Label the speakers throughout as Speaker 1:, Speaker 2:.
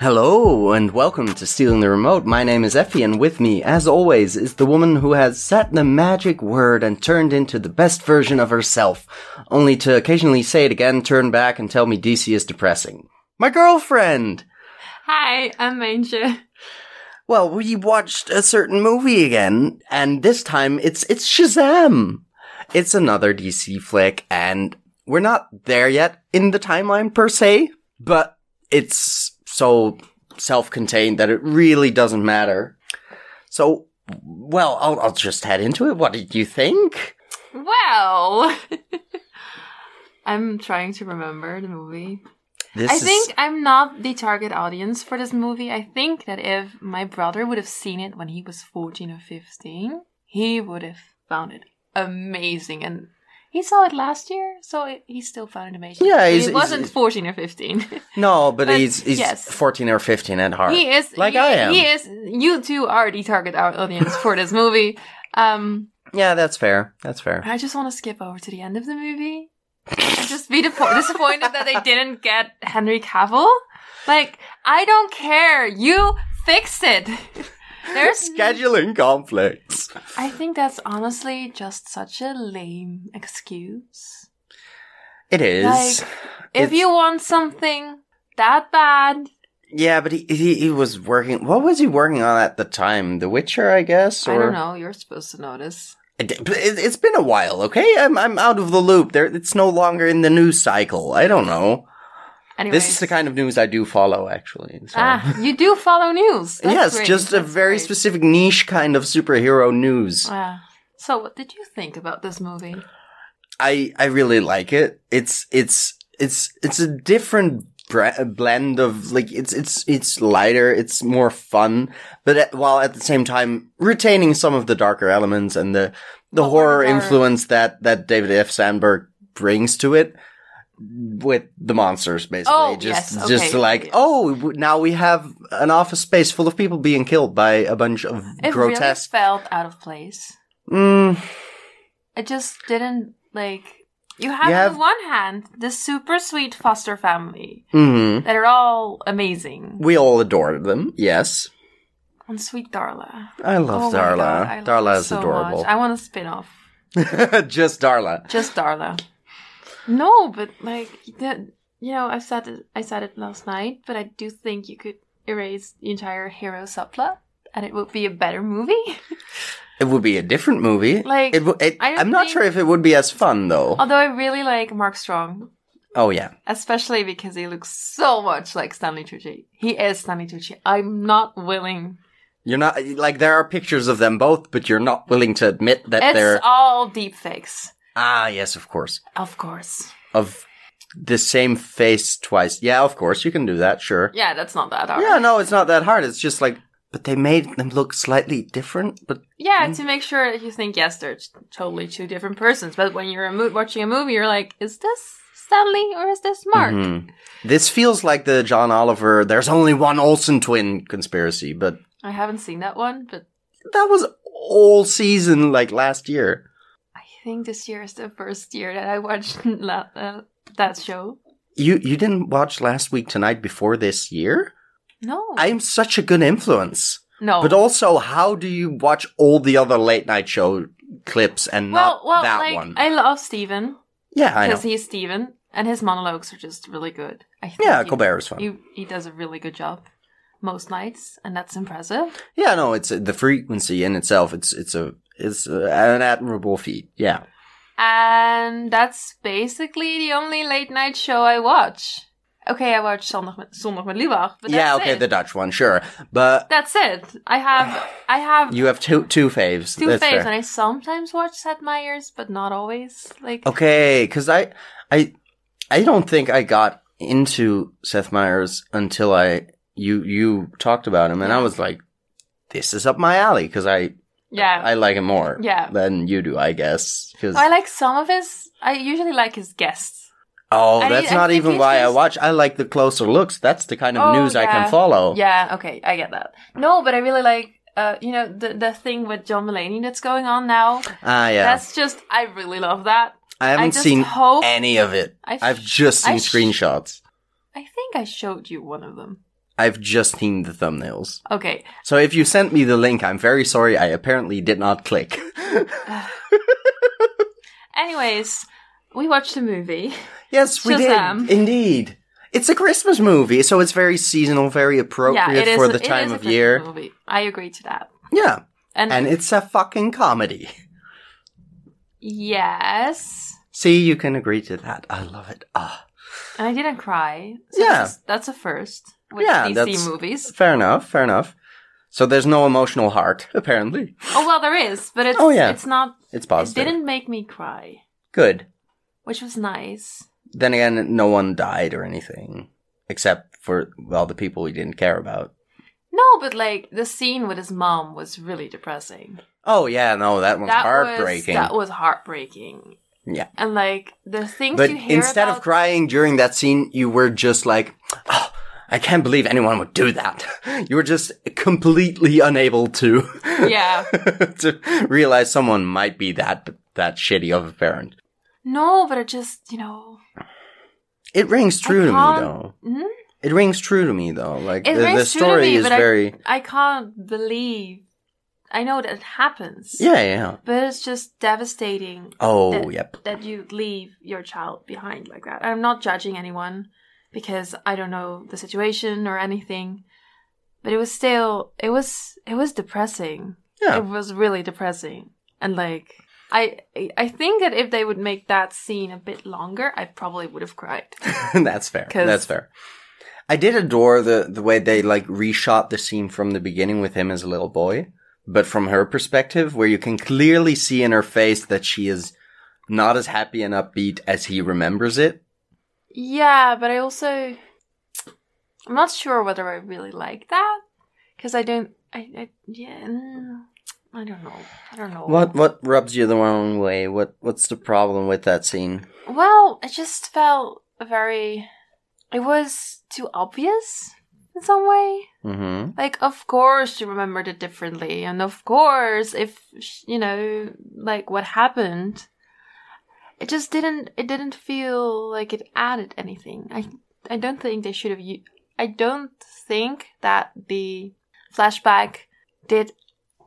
Speaker 1: Hello and welcome to Stealing the Remote. My name is Effie and with me, as always, is the woman who has said the magic word and turned into the best version of herself, only to occasionally say it again, turn back and tell me DC is depressing. My girlfriend!
Speaker 2: Hi, I'm Manger.
Speaker 1: Well, we watched a certain movie again, and this time it's, it's Shazam! It's another DC flick and we're not there yet in the timeline per se, but it's so self-contained that it really doesn't matter. So, well, I'll, I'll just head into it. What did you think?
Speaker 2: Well, I'm trying to remember the movie.
Speaker 1: This
Speaker 2: I think I'm not the target audience for this movie. I think that if my brother would have seen it when he was 14 or 15, he would have found it amazing. And he saw it last year, so it, he still found it amazing.
Speaker 1: Yeah, he's-
Speaker 2: he
Speaker 1: he's-
Speaker 2: wasn't
Speaker 1: he's-
Speaker 2: 14 or 15.
Speaker 1: no, but,
Speaker 2: but
Speaker 1: he's he's
Speaker 2: yes.
Speaker 1: 14 or 15 at heart.
Speaker 2: he is
Speaker 1: like
Speaker 2: he-
Speaker 1: I am.
Speaker 2: He is. You two are the target audience for this movie. Um,
Speaker 1: yeah, that's fair. That's fair.
Speaker 2: I just want to skip over to the end of the movie. and just be dipo- disappointed that they didn't get Henry Cavill. Like, I don't care. You fix it. There's.
Speaker 1: Scheduling conflicts.
Speaker 2: I think that's honestly just such a lame excuse.
Speaker 1: It is.
Speaker 2: Like, If
Speaker 1: It's-
Speaker 2: you want something that bad,
Speaker 1: yeah, but he, he he was working. What was he working on at the time? The Witcher, I guess. Or
Speaker 2: I don't know. You're supposed to notice.
Speaker 1: It, it, it's been a while. Okay, I'm I'm out of the loop. There, it's no longer in the news cycle. I don't know.
Speaker 2: Anyway,
Speaker 1: This is the kind of news I do follow, actually. So.
Speaker 2: Ah, you do follow news. That's
Speaker 1: yes,
Speaker 2: great.
Speaker 1: just a
Speaker 2: That's
Speaker 1: very
Speaker 2: great.
Speaker 1: specific niche kind of superhero news.
Speaker 2: Ah. so, what did you think about this movie?
Speaker 1: I I really like it. It's it's it's it's a different bre- blend of like it's it's it's lighter. It's more fun, but at, while at the same time retaining some of the darker elements and the the
Speaker 2: What were
Speaker 1: horror
Speaker 2: the horror-
Speaker 1: influence that that David F. Sandberg brings to it with the monsters basically
Speaker 2: Oh,
Speaker 1: just
Speaker 2: yes,
Speaker 1: just
Speaker 2: okay,
Speaker 1: like
Speaker 2: yes.
Speaker 1: oh w- now we have an office space full of people being killed by a bunch of
Speaker 2: It
Speaker 1: grotesque
Speaker 2: really felt out of place.
Speaker 1: Mm,
Speaker 2: I just didn't like. You have,
Speaker 1: You have-
Speaker 2: on the one hand the super sweet foster family
Speaker 1: mhm.
Speaker 2: that are all amazing.
Speaker 1: we all adore them yes
Speaker 2: And sweet Darla.
Speaker 1: I love
Speaker 2: Oh my
Speaker 1: Darla.
Speaker 2: God, I love
Speaker 1: Darla
Speaker 2: her
Speaker 1: is
Speaker 2: so
Speaker 1: adorable.
Speaker 2: much. I want a spin off.
Speaker 1: Just Darla.
Speaker 2: Just Darla. No, but like the, you know, I've said it I said it last night, but I do think you could erase the entire hero subplot and it would be a better movie.
Speaker 1: It would be a different movie.
Speaker 2: Like,
Speaker 1: it, w- it,
Speaker 2: I don't
Speaker 1: I'm not
Speaker 2: think-
Speaker 1: sure if it would be as fun though.
Speaker 2: Although I really like Mark Strong.
Speaker 1: oh yeah,
Speaker 2: Especially because he looks so much like Stanley Tucci. He is Stanley Tucci. I'm not willing.
Speaker 1: you're not like there are pictures of them both, but you're not willing to admit that
Speaker 2: It's
Speaker 1: they're
Speaker 2: all deep fakes.
Speaker 1: ah yes, of course,
Speaker 2: Of course.
Speaker 1: of the same face twice. Yeah, of course you can do that. Sure.
Speaker 2: Yeah, that's not that hard.
Speaker 1: Yeah, no, it's not that hard. It's just like, but they made them look slightly different. But
Speaker 2: Yeah, to make sure that you think, yes, they're t- totally two different persons. But when you're a mo- watching a movie, you're like, is this Stanley or is this Mark?
Speaker 1: Mhm. this feels like the John Oliver. There's only one Olsen twin conspiracy, but
Speaker 2: I haven't seen that one, but
Speaker 1: that was all season like last year.
Speaker 2: I think this year is the first year that I watched la- uh, that show.
Speaker 1: You you didn't watch last week tonight before this year?
Speaker 2: No.
Speaker 1: I'm such a good influence.
Speaker 2: no.
Speaker 1: But also, how do you watch all the other late night show clips and
Speaker 2: well,
Speaker 1: not
Speaker 2: well,
Speaker 1: that
Speaker 2: like,
Speaker 1: one?
Speaker 2: I love Steven.
Speaker 1: yeah, I know.
Speaker 2: because he's Steven, and his monologues are just really good. I think
Speaker 1: Yeah,
Speaker 2: he,
Speaker 1: Colbert is fun.
Speaker 2: He, he does a really good job most nights, and that's impressive.
Speaker 1: yeah, no, it's the frequency in itself. It's it's a it's a, an admirable feat. Yeah.
Speaker 2: And that's basically the only late night show I watch. Okay, I watch Zondag met, Zondag met Lubach, but that's
Speaker 1: Yeah, okay,
Speaker 2: it.
Speaker 1: the Dutch one, sure. But
Speaker 2: that's it. I have I have
Speaker 1: you have two two faves.
Speaker 2: two faves,
Speaker 1: That's fair.
Speaker 2: and I sometimes watch Seth Meyers, but not always. Like
Speaker 1: Okay, because I, I, I don't think I got into Seth Meyers until I you you talked about him, and I was like, "This is up my alley," because I
Speaker 2: yeah,
Speaker 1: I like it more
Speaker 2: yeah.
Speaker 1: than you do, I guess. 'cause-
Speaker 2: I like some of his. I usually like his guests.
Speaker 1: oh,
Speaker 2: I-
Speaker 1: that's
Speaker 2: I
Speaker 1: not
Speaker 2: think
Speaker 1: even
Speaker 2: he's
Speaker 1: why I
Speaker 2: just-
Speaker 1: watch. I like the closer looks. That's the kind of
Speaker 2: Oh,
Speaker 1: news I can
Speaker 2: yeah.
Speaker 1: follow.
Speaker 2: Yeah, okay, I get that. No, but I really like uh, you know, the the thing with John Mulaney that's going on now.
Speaker 1: Ah, yeah.
Speaker 2: That's just I really love that.
Speaker 1: I haven't
Speaker 2: just
Speaker 1: seen
Speaker 2: hope-
Speaker 1: any of it.
Speaker 2: I sh-
Speaker 1: I've just seen
Speaker 2: I sh-
Speaker 1: screenshots.
Speaker 2: I think I showed you one of them.
Speaker 1: I've just seen the thumbnails.
Speaker 2: Okay.
Speaker 1: So if you sent me the link, I'm very sorry. I apparently did not click.
Speaker 2: Anyways, we watched the movie.
Speaker 1: yes, we
Speaker 2: Shazam.
Speaker 1: did. Indeed. It's a Christmas movie, so it's very seasonal, very appropriate
Speaker 2: yeah, it is
Speaker 1: for the
Speaker 2: it is
Speaker 1: time
Speaker 2: a
Speaker 1: of
Speaker 2: Christmas
Speaker 1: year.
Speaker 2: Movie. I agree to that.
Speaker 1: Yeah.
Speaker 2: And,
Speaker 1: And it's a fucking comedy.
Speaker 2: yes,
Speaker 1: See, you can agree to that. I love it. Ah.
Speaker 2: and I didn't cry. So
Speaker 1: Yeah.
Speaker 2: that's, that's a first with
Speaker 1: Yeah,
Speaker 2: DC
Speaker 1: that's-
Speaker 2: movies.
Speaker 1: Fair enough, fair enough. So there's no emotional heart, apparently.
Speaker 2: Oh well, there is, but it's
Speaker 1: Oh, yeah.
Speaker 2: it's not.
Speaker 1: It's
Speaker 2: It
Speaker 1: positive.
Speaker 2: didn't make me cry,
Speaker 1: Good.
Speaker 2: which was nice.
Speaker 1: Then again, no one died or anything. Except for, well, the people we didn't care about.
Speaker 2: No, but like the scene with his mom was really depressing.
Speaker 1: Oh, yeah, no, that one's
Speaker 2: That
Speaker 1: heartbreaking.
Speaker 2: Was, that was heartbreaking.
Speaker 1: Yeah.
Speaker 2: And like the things
Speaker 1: but
Speaker 2: you hear
Speaker 1: instead
Speaker 2: about,
Speaker 1: of crying during that scene, you were just like, oh, I can't believe anyone would do that. You were just completely unable to,
Speaker 2: yeah.
Speaker 1: to realize someone might be that, that shitty of a parent.
Speaker 2: No, but it just you know
Speaker 1: It rings
Speaker 2: I
Speaker 1: true to me
Speaker 2: can't-
Speaker 1: though.
Speaker 2: Hmm?
Speaker 1: It rings true to me though. Like
Speaker 2: It
Speaker 1: the, the
Speaker 2: rings true to
Speaker 1: story
Speaker 2: me,
Speaker 1: is
Speaker 2: but I-
Speaker 1: very
Speaker 2: I can't believe. I know that it happens.
Speaker 1: yeah yeah.
Speaker 2: But it's just devastating
Speaker 1: Oh
Speaker 2: That-
Speaker 1: yep.
Speaker 2: that you leave your child behind like that. I'm not judging anyone because I don't know the situation or anything. But it was still it was it was depressing.
Speaker 1: Yeah.
Speaker 2: It was really depressing. And like I I think that if they would make that scene a bit longer, I probably would have cried.
Speaker 1: That's fair.
Speaker 2: 'Cause-
Speaker 1: That's fair. I did adore the the way they like reshot the scene from the beginning with him as a little boy, but from her perspective, where you can clearly see in her face that she is not as happy and upbeat as he remembers it.
Speaker 2: Yeah, but I also I'm not sure whether I really like that because I don't I, I yeah mm, I don't know I don't know
Speaker 1: What what rubs you the wrong way? What what's the problem with that scene?
Speaker 2: Well, it just felt very. It was too obvious in some way.
Speaker 1: Mm-hmm.
Speaker 2: Like, of course, you remembered it differently, and of course, if sh- you know, like what happened, it just didn't. It didn't feel like it added anything. I I don't think they should have. u- I don't think that the flashback did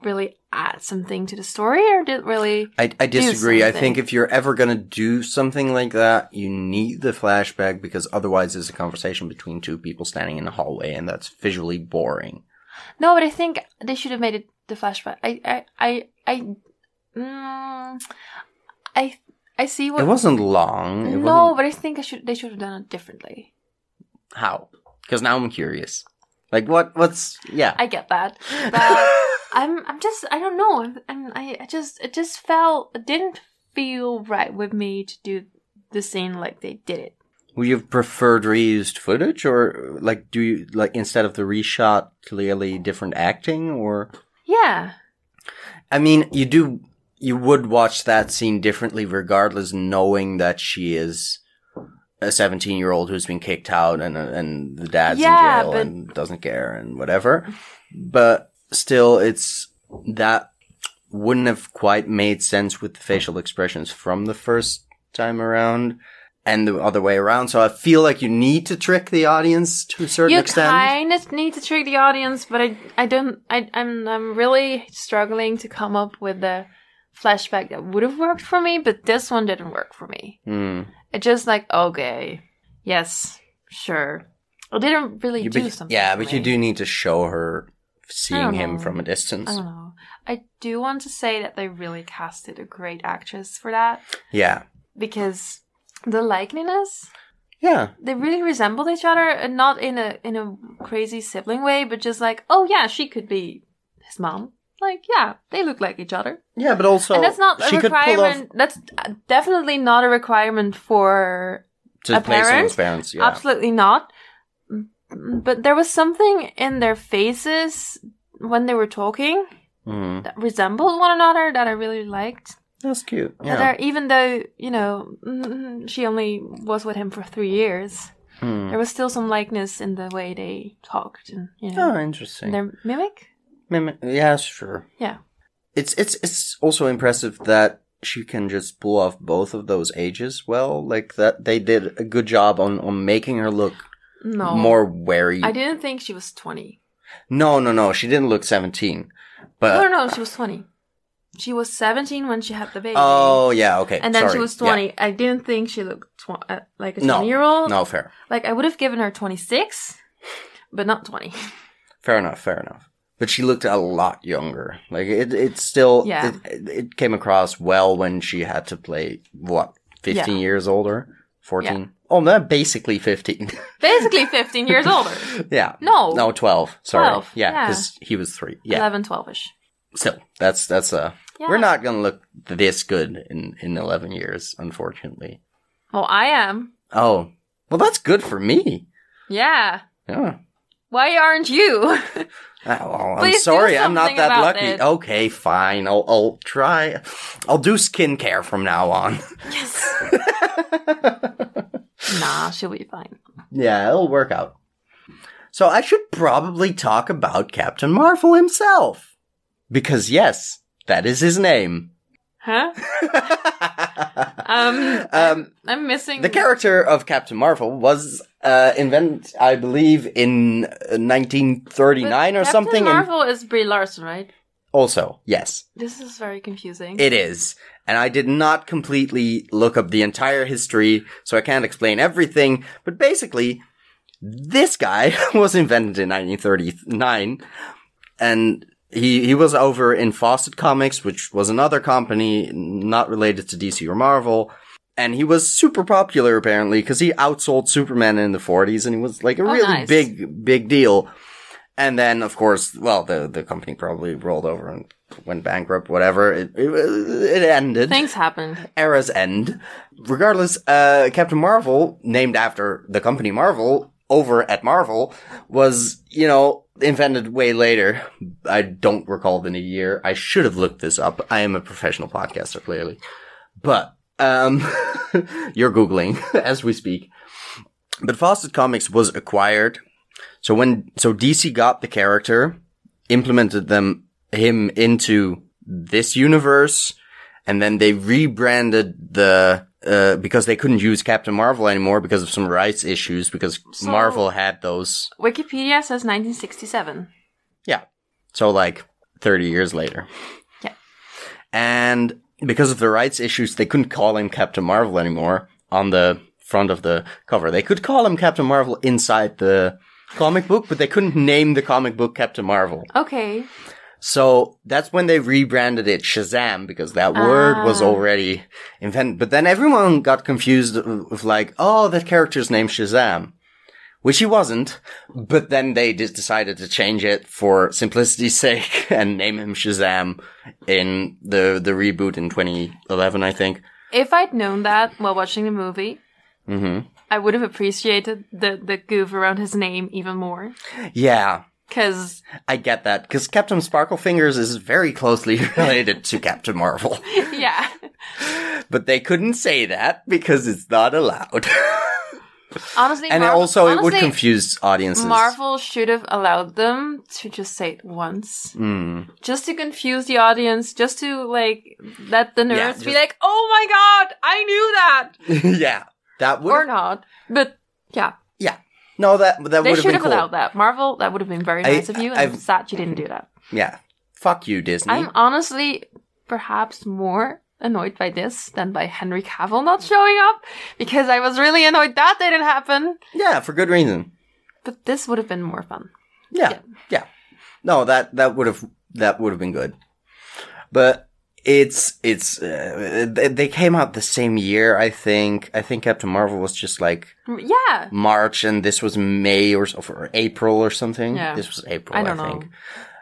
Speaker 2: really add something to the story, or did really.
Speaker 1: I, I disagree. I
Speaker 2: something.
Speaker 1: think if you're ever going to do something like that, you need the flashback because otherwise it's a conversation between two people standing in a hallway and that's visually boring.
Speaker 2: No, but I think they should have made it the flashback. I, I, I, I, mm, I, I see what.
Speaker 1: it wasn't long. It
Speaker 2: no,
Speaker 1: wasn't-
Speaker 2: but I think I should. They should have done it differently.
Speaker 1: How? Because now I'm curious. Like, what? What's. Yeah.
Speaker 2: I get that, but I'm, I'm just, I don't know. I'm, I'm I, I just, it just felt, it didn't feel right with me to do the scene like they did it.
Speaker 1: Would you have preferred reused footage or, like, do you, like, instead of the reshot, clearly different acting or.
Speaker 2: Yeah,
Speaker 1: I mean, you do, you would watch that scene differently regardless, knowing that she is a 17 year old who's been kicked out and, and the dad's
Speaker 2: Yeah,
Speaker 1: in jail
Speaker 2: but-
Speaker 1: and doesn't care and whatever. But still, it's that wouldn't have quite made sense with the facial expressions from the first time around and the other way around. So I feel like you need to trick the audience to a certain
Speaker 2: you
Speaker 1: extent.
Speaker 2: kind of need to trick the audience, but I, I don't, I, I'm, I'm really struggling to come up with a flashback that would have worked for me, but this one didn't work for me.
Speaker 1: Hmm.
Speaker 2: It's just like, okay, yes, sure. I didn't really
Speaker 1: You-
Speaker 2: do
Speaker 1: but-
Speaker 2: something.
Speaker 1: yeah,
Speaker 2: for
Speaker 1: but you
Speaker 2: me.
Speaker 1: do need to show her
Speaker 2: don't
Speaker 1: seeing him
Speaker 2: know. Uh-huh.
Speaker 1: from a distance.
Speaker 2: I don't know. I do want to say that they really casted a great actress for that
Speaker 1: Yeah.
Speaker 2: because the likeliness
Speaker 1: Yeah.
Speaker 2: they really resembled each other and not in a in a crazy sibling way but just like oh yeah she could be his mom like yeah they look like each other
Speaker 1: Yeah, but also
Speaker 2: and that's not a
Speaker 1: she could pull off
Speaker 2: requirement that's uh, definitely not a requirement for
Speaker 1: to
Speaker 2: a
Speaker 1: play someone's
Speaker 2: parent?
Speaker 1: parents. Yeah.
Speaker 2: Absolutely not. But there was something in their faces when they were talking
Speaker 1: Mhm.
Speaker 2: that resembled one another that I really liked.
Speaker 1: That's cute.
Speaker 2: That
Speaker 1: Yeah.
Speaker 2: are- even though, you know, mm, she only was with him for three years,
Speaker 1: Hmm.
Speaker 2: there was still some likeness in the way they talked and, you know,
Speaker 1: Oh, interesting.
Speaker 2: their mimic.
Speaker 1: Mimi- Yeah, sure.
Speaker 2: Yeah.
Speaker 1: It's it's it's also impressive that she can just pull off both of those ages well. Like that, they did a good job on on making her look
Speaker 2: No.
Speaker 1: more wary.
Speaker 2: I didn't think she was 20.
Speaker 1: No, no, no. She didn't look 17.
Speaker 2: No,
Speaker 1: But
Speaker 2: no, she was 20. She was 17 when she had the baby.
Speaker 1: oh, yeah, okay.
Speaker 2: And then she
Speaker 1: sorry,
Speaker 2: was
Speaker 1: yeah.
Speaker 2: 20. I didn't think she looked tw- uh, like a
Speaker 1: No,
Speaker 2: 20 year old.
Speaker 1: No, fair.
Speaker 2: Like, I would have given her 26, but not 20.
Speaker 1: Fair enough, fair enough. But she looked a lot younger. Like it it still
Speaker 2: Yeah.
Speaker 1: it, it came across well when she had to play what, 15 years older? 14. Oh, no, basically 15.
Speaker 2: Basically 15 years older.
Speaker 1: yeah.
Speaker 2: No.
Speaker 1: No, 12. Sorry.
Speaker 2: 12,
Speaker 1: Yeah,
Speaker 2: yeah.
Speaker 1: cuz he was 3. Yeah.
Speaker 2: 11, 12 ish.
Speaker 1: Still, that's that's uh
Speaker 2: Yeah.
Speaker 1: we're not going to look this good in in 11 years, unfortunately.
Speaker 2: Well, I am.
Speaker 1: Oh. Well, that's good for me.
Speaker 2: Yeah.
Speaker 1: Yeah.
Speaker 2: Why aren't you?
Speaker 1: Oh, well, I'm
Speaker 2: Please do
Speaker 1: sorry, I'm not
Speaker 2: something
Speaker 1: that
Speaker 2: about
Speaker 1: lucky.
Speaker 2: it.
Speaker 1: Okay, fine. I'll I'll try. I'll do skincare from now on.
Speaker 2: yes. nah, she'll be fine.
Speaker 1: yeah, it'll work out. So I should probably talk about Captain Marvel himself. Because yes, that is his name.
Speaker 2: Huh? Um,
Speaker 1: um,
Speaker 2: I'm missing.
Speaker 1: the character of Captain Marvel was uh, invented, I believe, in uh, 1939 or
Speaker 2: Captain
Speaker 1: something. and-
Speaker 2: Marvel is Brie Larson, right?
Speaker 1: also, yes.
Speaker 2: This is very confusing.
Speaker 1: It is. And I did not completely look up the entire history, so I can't explain everything, but basically, this guy was invented in 1939, and he, he was over in Fawcett Comics, which was another company not related to DC or Marvel, and he was super popular apparently, because he outsold Superman in the 40s, and he was like a
Speaker 2: Oh,
Speaker 1: really
Speaker 2: nice.
Speaker 1: big, big deal. And then, of course, well, the, the company probably rolled over and went bankrupt, whatever. It, it, it ended.
Speaker 2: Things happened.
Speaker 1: Era's end. Regardless, uh, Captain Marvel, named after the company Marvel, over at Marvel, was, you know, invented way later. I don't recall the year. I should have looked this up. I am a professional podcaster, clearly. But, um, you're Googling as we speak. But Fawcett Comics was acquired. So when, so DC got the character, implemented them, him into this universe, and then they rebranded the uh, because they couldn't use Captain Marvel anymore because of some rights issues because
Speaker 2: So-
Speaker 1: Marvel had those.
Speaker 2: Wikipedia says 1967.
Speaker 1: Yeah. So like 30 years later.
Speaker 2: Yeah.
Speaker 1: And because of the rights issues, they couldn't call him Captain Marvel anymore on the front of the cover. They could call him Captain Marvel inside the comic book, but they couldn't name the comic book Captain Marvel.
Speaker 2: Okay.
Speaker 1: So that's when they rebranded it Shazam because that word was
Speaker 2: Ah.
Speaker 1: already invented. But then everyone got confused with like, oh, that character's name Shazam, which he wasn't. But then they just decided to change it for simplicity's sake and name him Shazam in the the reboot in 2011, I think.
Speaker 2: If I'd known that while watching the movie,
Speaker 1: hmm
Speaker 2: I would have appreciated the, the goof around his name even more.
Speaker 1: Yeah.
Speaker 2: Because,
Speaker 1: I get that because Captain Sparklefingers is very closely related to Captain Marvel,
Speaker 2: yeah.
Speaker 1: but they couldn't say that because it's not allowed.
Speaker 2: Honestly,
Speaker 1: and
Speaker 2: Marvel,
Speaker 1: also it would
Speaker 2: honestly,
Speaker 1: confuse audiences.
Speaker 2: Marvel should have allowed them to just say it once.
Speaker 1: Mm.
Speaker 2: Just to confuse the audience, just to, like, let the nerds
Speaker 1: Yeah,
Speaker 2: be
Speaker 1: just-
Speaker 2: like, oh my god, I knew that!
Speaker 1: yeah, that would
Speaker 2: or not. But, yeah.
Speaker 1: no that that
Speaker 2: They
Speaker 1: would have
Speaker 2: should
Speaker 1: been
Speaker 2: have
Speaker 1: cool.
Speaker 2: allowed that. Marvel, that would have been very
Speaker 1: I-
Speaker 2: nice of you, and I'm
Speaker 1: I've-
Speaker 2: sad you didn't do that.
Speaker 1: Yeah, fuck you, Disney.
Speaker 2: I'm honestly perhaps more annoyed by this than by Henry Cavill not showing up because I was really annoyed that didn't happen.
Speaker 1: yeah, for good reason.
Speaker 2: But this would have been more fun.
Speaker 1: Yeah, yeah,
Speaker 2: Yeah.
Speaker 1: No, that that would have that would have been good, but. It's it's uh, they- they came out the same year I think I think Captain Marvel was just like Oh,
Speaker 2: Yeah.
Speaker 1: March and this was May or, so- or April or something
Speaker 2: Yeah.
Speaker 1: this was April
Speaker 2: I don't know.
Speaker 1: think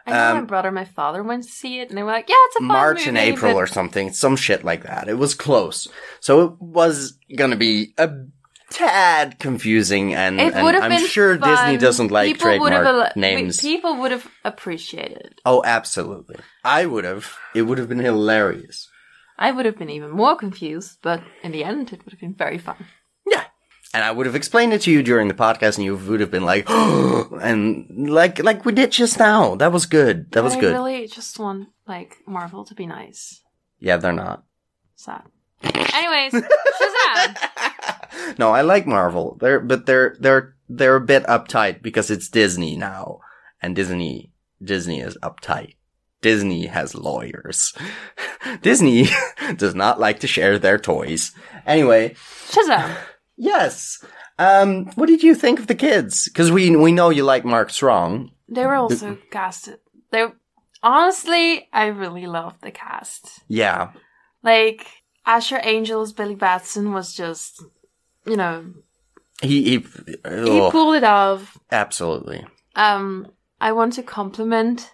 Speaker 2: I know my
Speaker 1: Um,
Speaker 2: brother and my father went to see it and they were like, yeah, it's a fun
Speaker 1: March and
Speaker 2: movie,
Speaker 1: April
Speaker 2: but-
Speaker 1: or something, some shit like that. It was close. So it was gonna be a tad confusing and,
Speaker 2: It
Speaker 1: and
Speaker 2: would have
Speaker 1: I'm
Speaker 2: been
Speaker 1: sure Disney
Speaker 2: fun.
Speaker 1: doesn't like
Speaker 2: People would have
Speaker 1: trademark
Speaker 2: al- we-
Speaker 1: names.
Speaker 2: People would have appreciated it.
Speaker 1: oh, absolutely. I would have. It would have been hilarious.
Speaker 2: I would have been even more confused, but in the end, it would have been very fun.
Speaker 1: Yeah. And I would have explained it to you during the podcast and you would have been like, and like, like we did just now. That was good. That was
Speaker 2: But I
Speaker 1: good.
Speaker 2: really just want like Marvel to be nice.
Speaker 1: yeah, they're not.
Speaker 2: Sad. Anyways, Shazam.
Speaker 1: no, I like Marvel. They're but they're they're they're a bit uptight because it's Disney now, and Disney Disney is uptight. Disney has lawyers. Disney does not like to share their toys. Anyway,
Speaker 2: Shazam.
Speaker 1: yes. Um, what did you think of the kids? Because we we know you like Mark Strong.
Speaker 2: They were also casted. They honestly, I really loved the cast.
Speaker 1: Yeah,
Speaker 2: Like Asher Angels, Billy Batson was just, you know,
Speaker 1: he he,
Speaker 2: he
Speaker 1: ugh,
Speaker 2: pulled it off.
Speaker 1: absolutely
Speaker 2: Um, I want to compliment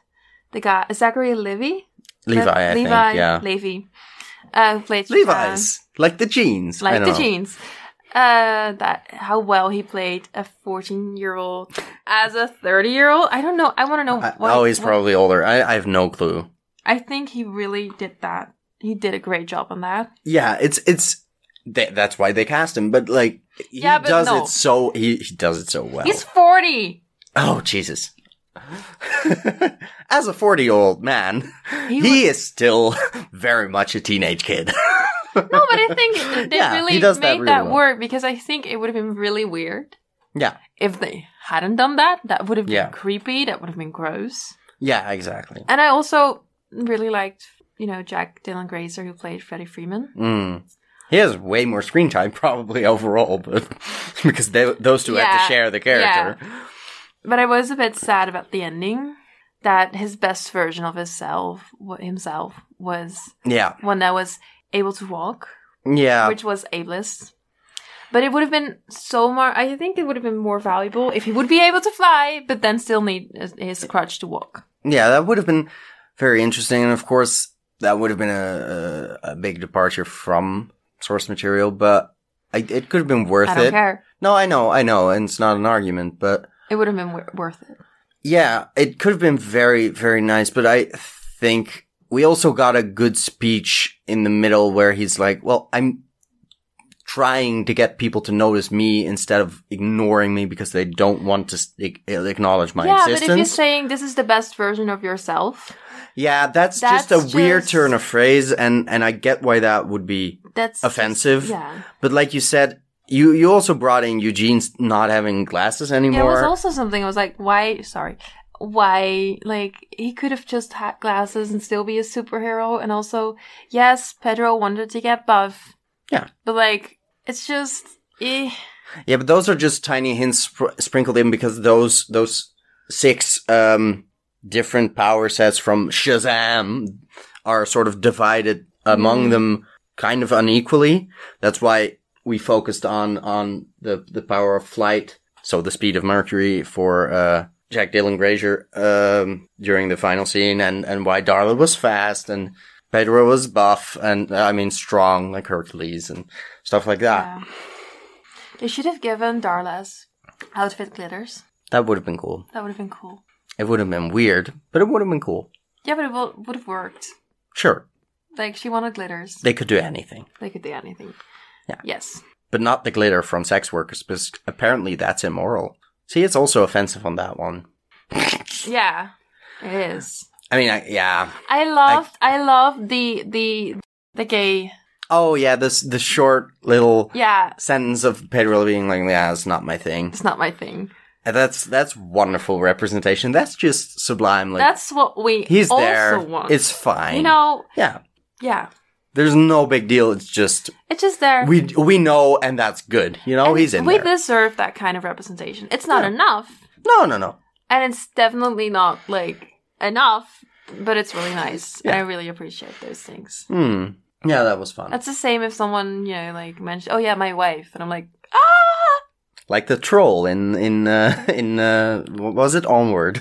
Speaker 2: the guy Zachary Levy.
Speaker 1: Levi. I
Speaker 2: Levi
Speaker 1: think yeah.
Speaker 2: Levy. Uh, played Shazam.
Speaker 1: Levi's like the jeans. I
Speaker 2: like the
Speaker 1: know.
Speaker 2: jeans. Uh, that how well he played a fourteen-year-old as a thirty-year-old. I don't know. I want to know.
Speaker 1: I,
Speaker 2: what-
Speaker 1: oh, he's
Speaker 2: what-
Speaker 1: probably older. I, I have no clue.
Speaker 2: I think he really did that. He did a great job on that.
Speaker 1: Yeah, it's it's th- that's why they cast him. But like, he
Speaker 2: Yeah, but
Speaker 1: does
Speaker 2: no.
Speaker 1: it so he, he does it so well.
Speaker 2: He's forty.
Speaker 1: oh Jesus! As a forty-year-old man,
Speaker 2: He
Speaker 1: he, is still very much a teenage kid.
Speaker 2: No, but I think they
Speaker 1: Yeah, he
Speaker 2: really
Speaker 1: does that
Speaker 2: made
Speaker 1: really
Speaker 2: that
Speaker 1: well.
Speaker 2: work because I think it would have been really weird
Speaker 1: yeah,
Speaker 2: if they hadn't done that. That would have been
Speaker 1: Yeah.
Speaker 2: creepy. That would have been gross.
Speaker 1: yeah, exactly.
Speaker 2: And I also really liked, you know, Jack Dylan Grazer who played Freddie Freeman.
Speaker 1: Mm. He has way more screen time probably overall, but because they, those two have
Speaker 2: Yeah,
Speaker 1: to share the character.
Speaker 2: But I was a bit sad about the ending. That his best version of himself, wa- himself was
Speaker 1: Yeah,
Speaker 2: one that was able to walk,
Speaker 1: yeah,
Speaker 2: which was ableist. But it would have been so more. I think it would have been more valuable if he would be able to fly, but then still need his- his crutch to walk.
Speaker 1: yeah. That would have been very interesting, and of course, that would have been a, a, a big departure from source material. But I, it could have been worth
Speaker 2: I don't
Speaker 1: it.
Speaker 2: care.
Speaker 1: No, I know, I know, and it's not an argument, but
Speaker 2: It would have been wor- worth it.
Speaker 1: yeah, it could have been very, very nice. But I think we also got a good speech in the middle where he's like, "Well, I'm." Trying to get people to notice me instead of ignoring me because they don't want to s- ig- acknowledge my
Speaker 2: yeah,
Speaker 1: existence.
Speaker 2: but if you're saying this is the best version of yourself,
Speaker 1: Yeah, that's,
Speaker 2: That's
Speaker 1: just a weird
Speaker 2: just-
Speaker 1: turn of phrase, and and I get why that would be
Speaker 2: that's just-
Speaker 1: offensive.
Speaker 2: yeah,
Speaker 1: But like you said, you you also brought in Eugene's not having glasses
Speaker 2: Yeah, it
Speaker 1: anymore.
Speaker 2: was also something. I was like, why? Sorry, why? Like he could have just had glasses and still be a superhero. And also, yes, Pedro wanted to get buff.
Speaker 1: Yeah.
Speaker 2: but like it's just. Eh.
Speaker 1: yeah, but those are just tiny hints spr- sprinkled in because those those six um different power sets from Shazam are sort of divided among
Speaker 2: Mm.
Speaker 1: them kind of unequally. That's why we focused on on the the power of flight, so the speed of Mercury for uh Jack Dylan Grazier um during the final scene and and why Darla was fast and Pedro was buff and uh, I mean strong like Hercules and stuff like that.
Speaker 2: Yeah. They should have given Darla's outfit glitters.
Speaker 1: That would have been cool.
Speaker 2: That would have been cool.
Speaker 1: It would have been weird, but it would have been cool.
Speaker 2: Yeah, but it would have worked.
Speaker 1: Sure,
Speaker 2: Like she wanted glitters.
Speaker 1: they could do anything,
Speaker 2: They could do anything.
Speaker 1: Yeah.
Speaker 2: Yes.
Speaker 1: but not the glitter from sex workers because apparently that's immoral. See, it's also offensive on that one.
Speaker 2: Yeah. It is.
Speaker 1: I mean, I, yeah.
Speaker 2: I loved I, loved the the the gay
Speaker 1: Oh, yeah. This the short little
Speaker 2: yeah,
Speaker 1: sentence of Pedro being like, "Yeah, it's not my thing."
Speaker 2: it's not my thing.
Speaker 1: And That's that's wonderful representation. That's just sublime. Like
Speaker 2: That's what we
Speaker 1: he's
Speaker 2: also
Speaker 1: there.
Speaker 2: want.
Speaker 1: It's fine.
Speaker 2: you know,
Speaker 1: Yeah.
Speaker 2: yeah.
Speaker 1: There's no big deal. It's just
Speaker 2: It's just there.
Speaker 1: we we know, and that's good. You know,
Speaker 2: And
Speaker 1: he's in
Speaker 2: we
Speaker 1: there.
Speaker 2: deserve that kind of representation. It's not
Speaker 1: Yeah.
Speaker 2: enough.
Speaker 1: no, no, no.
Speaker 2: And it's definitely not like enough, but it's really nice. And I really appreciate those things.
Speaker 1: Hmm. Yeah, that was fun.
Speaker 2: That's the same if someone, you know, like mentioned oh yeah, my wife and I'm like, ah
Speaker 1: like the troll in in uh, in uh, what was it Onward,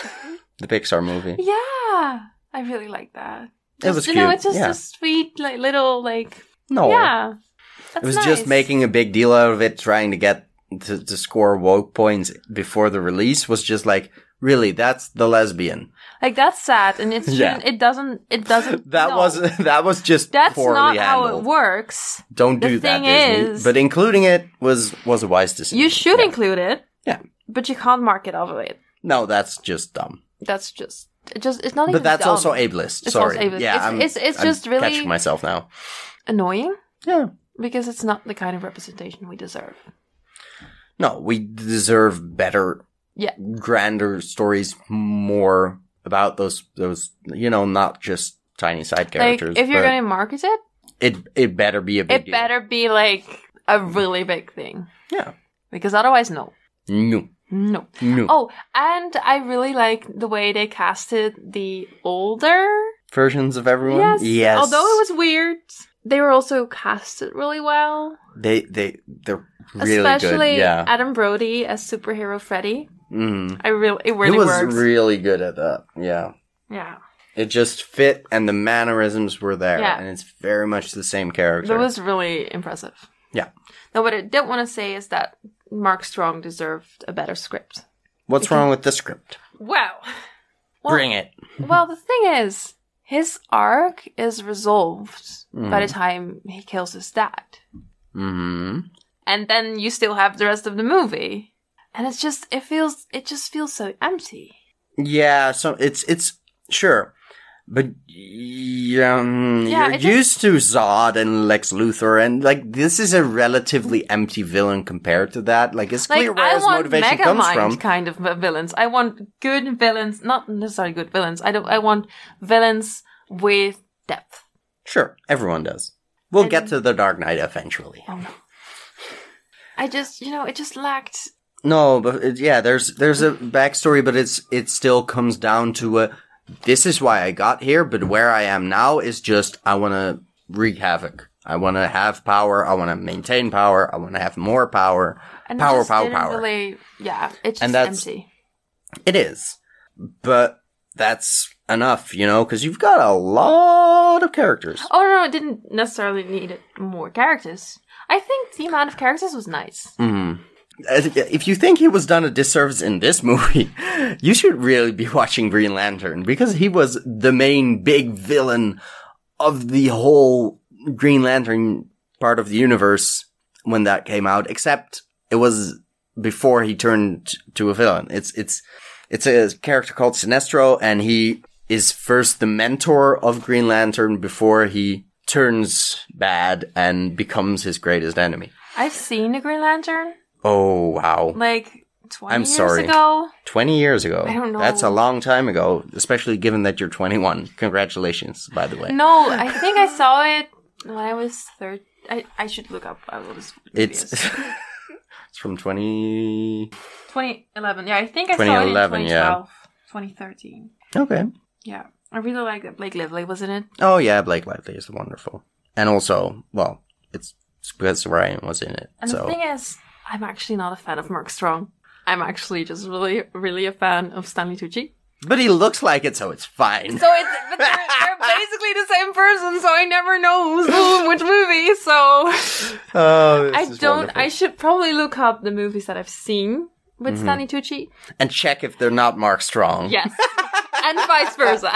Speaker 1: the Pixar movie.
Speaker 2: yeah. I really like that.
Speaker 1: It was
Speaker 2: you
Speaker 1: cute.
Speaker 2: know, it's just
Speaker 1: yeah.
Speaker 2: a sweet like little like
Speaker 1: no,
Speaker 2: Yeah.
Speaker 1: it was just making a big deal out of it, trying to get to, to score woke points before the release was just like, really, that's the lesbian.
Speaker 2: like that's sad, and it's
Speaker 1: Yeah.
Speaker 2: shouldn't it doesn't it doesn't
Speaker 1: That
Speaker 2: no.
Speaker 1: was that was just
Speaker 2: that's
Speaker 1: poorly
Speaker 2: not
Speaker 1: handled.
Speaker 2: how it works.
Speaker 1: Don't
Speaker 2: The
Speaker 1: do that,
Speaker 2: thing
Speaker 1: Disney.
Speaker 2: is-
Speaker 1: but including it was was a wise decision.
Speaker 2: You should
Speaker 1: Yeah.
Speaker 2: include it,
Speaker 1: Yeah.
Speaker 2: but you can't market off of it.
Speaker 1: No, that's just dumb.
Speaker 2: That's just it just it's not even.
Speaker 1: But that's
Speaker 2: dumb.
Speaker 1: also ableist.
Speaker 2: It's
Speaker 1: Sorry,
Speaker 2: also ableist.
Speaker 1: yeah,
Speaker 2: It's-
Speaker 1: I'm,
Speaker 2: it's- it's
Speaker 1: I'm
Speaker 2: just really-
Speaker 1: catching myself now.
Speaker 2: annoying.
Speaker 1: Yeah,
Speaker 2: because it's not the kind of representation we deserve.
Speaker 1: No, we deserve better,
Speaker 2: Yeah.
Speaker 1: grander stories, more about those those you know, not just tiny side characters.
Speaker 2: like, if you're
Speaker 1: but
Speaker 2: going to market it,
Speaker 1: it it better be a big
Speaker 2: it
Speaker 1: deal.
Speaker 2: better be like a really big thing
Speaker 1: yeah.
Speaker 2: because otherwise, no,
Speaker 1: No,
Speaker 2: no.
Speaker 1: no
Speaker 2: Oh, and I really like the way they casted the older
Speaker 1: versions of everyone.
Speaker 2: Yes.
Speaker 1: yes.
Speaker 2: Although it was weird, they were also casted really well.
Speaker 1: they they they're really
Speaker 2: Especially
Speaker 1: good. Yeah,
Speaker 2: Adam Brody as superhero Freddy.
Speaker 1: mm.
Speaker 2: I really it really
Speaker 1: he was
Speaker 2: works.
Speaker 1: really good at that. Yeah,
Speaker 2: yeah.
Speaker 1: it just fit, and the mannerisms were there,
Speaker 2: Yeah.
Speaker 1: and it's very much the same character.
Speaker 2: That was really impressive.
Speaker 1: Yeah.
Speaker 2: Now what I did want to say is that Mark Strong deserved a better script.
Speaker 1: What's wrong with the script?
Speaker 2: Wow. Well,
Speaker 1: Bring it.
Speaker 2: well the thing is, his arc is resolved
Speaker 1: Mm.
Speaker 2: by the time he kills his dad.
Speaker 1: hmm
Speaker 2: and then you still have the rest of the movie and it's just it feels it just feels so empty
Speaker 1: Yeah, so it's it's sure, but y- um,
Speaker 2: Yeah,
Speaker 1: you're
Speaker 2: it just-
Speaker 1: used to Zod and Lex Luthor, and like this is a relatively empty villain compared to that. Like it's
Speaker 2: like
Speaker 1: clear where
Speaker 2: i
Speaker 1: his
Speaker 2: want
Speaker 1: motivation comes
Speaker 2: megamind
Speaker 1: from.
Speaker 2: kind of villains i want good villains not necessarily good villains i don't i want villains with depth
Speaker 1: Sure, everyone does. We'll
Speaker 2: And-
Speaker 1: get to the Dark Knight eventually.
Speaker 2: oh no i just you know it just lacked
Speaker 1: No, but it, yeah, there's there's a backstory, but it's it still comes down to a. This is why I got here, but where I am now is just I want to wreak havoc. I want to have power. I want to maintain power. I want to have more power.
Speaker 2: and it
Speaker 1: Power,
Speaker 2: just
Speaker 1: power,
Speaker 2: didn't
Speaker 1: power.
Speaker 2: really yeah it's just
Speaker 1: And that's-
Speaker 2: empty
Speaker 1: It is, but that's enough, you know, because you've got a lot of characters.
Speaker 2: oh no, no it didn't necessarily need it- more characters i think the amount of characters was nice
Speaker 1: Mhm. If if you think he was done a disservice in this movie, you should really be watching Green Lantern because he was the main big villain of the whole Green Lantern part of the universe when that came out, except it was before he turned to a villain. It's, it's, it's a character called Sinestro and he is first the mentor of Green Lantern before he turns bad and becomes his greatest enemy.
Speaker 2: i've seen the green lantern
Speaker 1: Oh, wow.
Speaker 2: like 20
Speaker 1: I'm
Speaker 2: years
Speaker 1: sorry.
Speaker 2: ago.
Speaker 1: 20 years ago.
Speaker 2: I don't know.
Speaker 1: That's a long time ago, especially given that you're 21. Congratulations, by the way.
Speaker 2: No, I think I saw it when I was 13. I, I should look up. I was
Speaker 1: it's it's from 20
Speaker 2: 2011. Yeah, I think I saw it
Speaker 1: 2011,
Speaker 2: in
Speaker 1: yeah.
Speaker 2: 2012, 2013.
Speaker 1: Okay.
Speaker 2: Yeah. I really like that Blake Lively was in it.
Speaker 1: Oh yeah, Blake Lively is wonderful. And also, well, it's it's because Ryan was in it.
Speaker 2: And the
Speaker 1: so
Speaker 2: thing is, I'm actually not a fan of Mark Strong. I'm actually just really, really a fan of Stanley Tucci.
Speaker 1: but he looks like it so it's fine.
Speaker 2: So it's, but they're, they're basically the same person, so I never know who's who in which movie. So
Speaker 1: oh, this
Speaker 2: I
Speaker 1: is
Speaker 2: don't.
Speaker 1: wonderful.
Speaker 2: I should probably look up the movies that I've seen with
Speaker 1: Mm-hmm.
Speaker 2: Stanley Tucci.
Speaker 1: and check if they're not Mark Strong.
Speaker 2: Yes. and vice versa.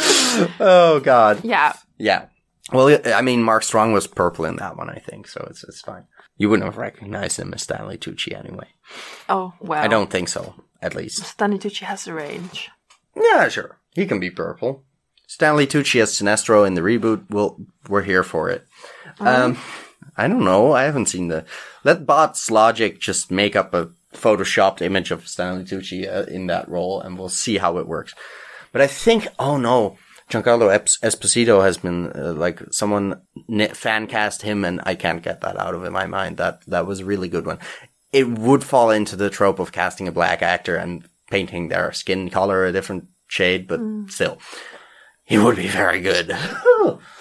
Speaker 1: Oh god.
Speaker 2: yeah.
Speaker 1: Yeah. Well, I mean, Mark Strong was purple in that one, I think, so it's it's fine. You wouldn't have recognized him as Stanley Tucci anyway.
Speaker 2: Oh, well.
Speaker 1: I don't think so, at least.
Speaker 2: Stanley Tucci has a range.
Speaker 1: Yeah, sure. He can be purple. Stanley Tucci as Sinestro in the reboot. We'll, we're here for it. Um, I don't know. I haven't seen the. Let Bot's Logic just make up a photoshopped image of Stanley Tucci uh, in that role, and we'll see how it works. But I think, oh no, Giancarlo Ep- Esposito has been uh, like someone ni fan cast him, and I can't get that out of my mind. That that was a really good one. It would fall into the trope of casting a black actor and painting their skin color a different shade, but still, he would be very good.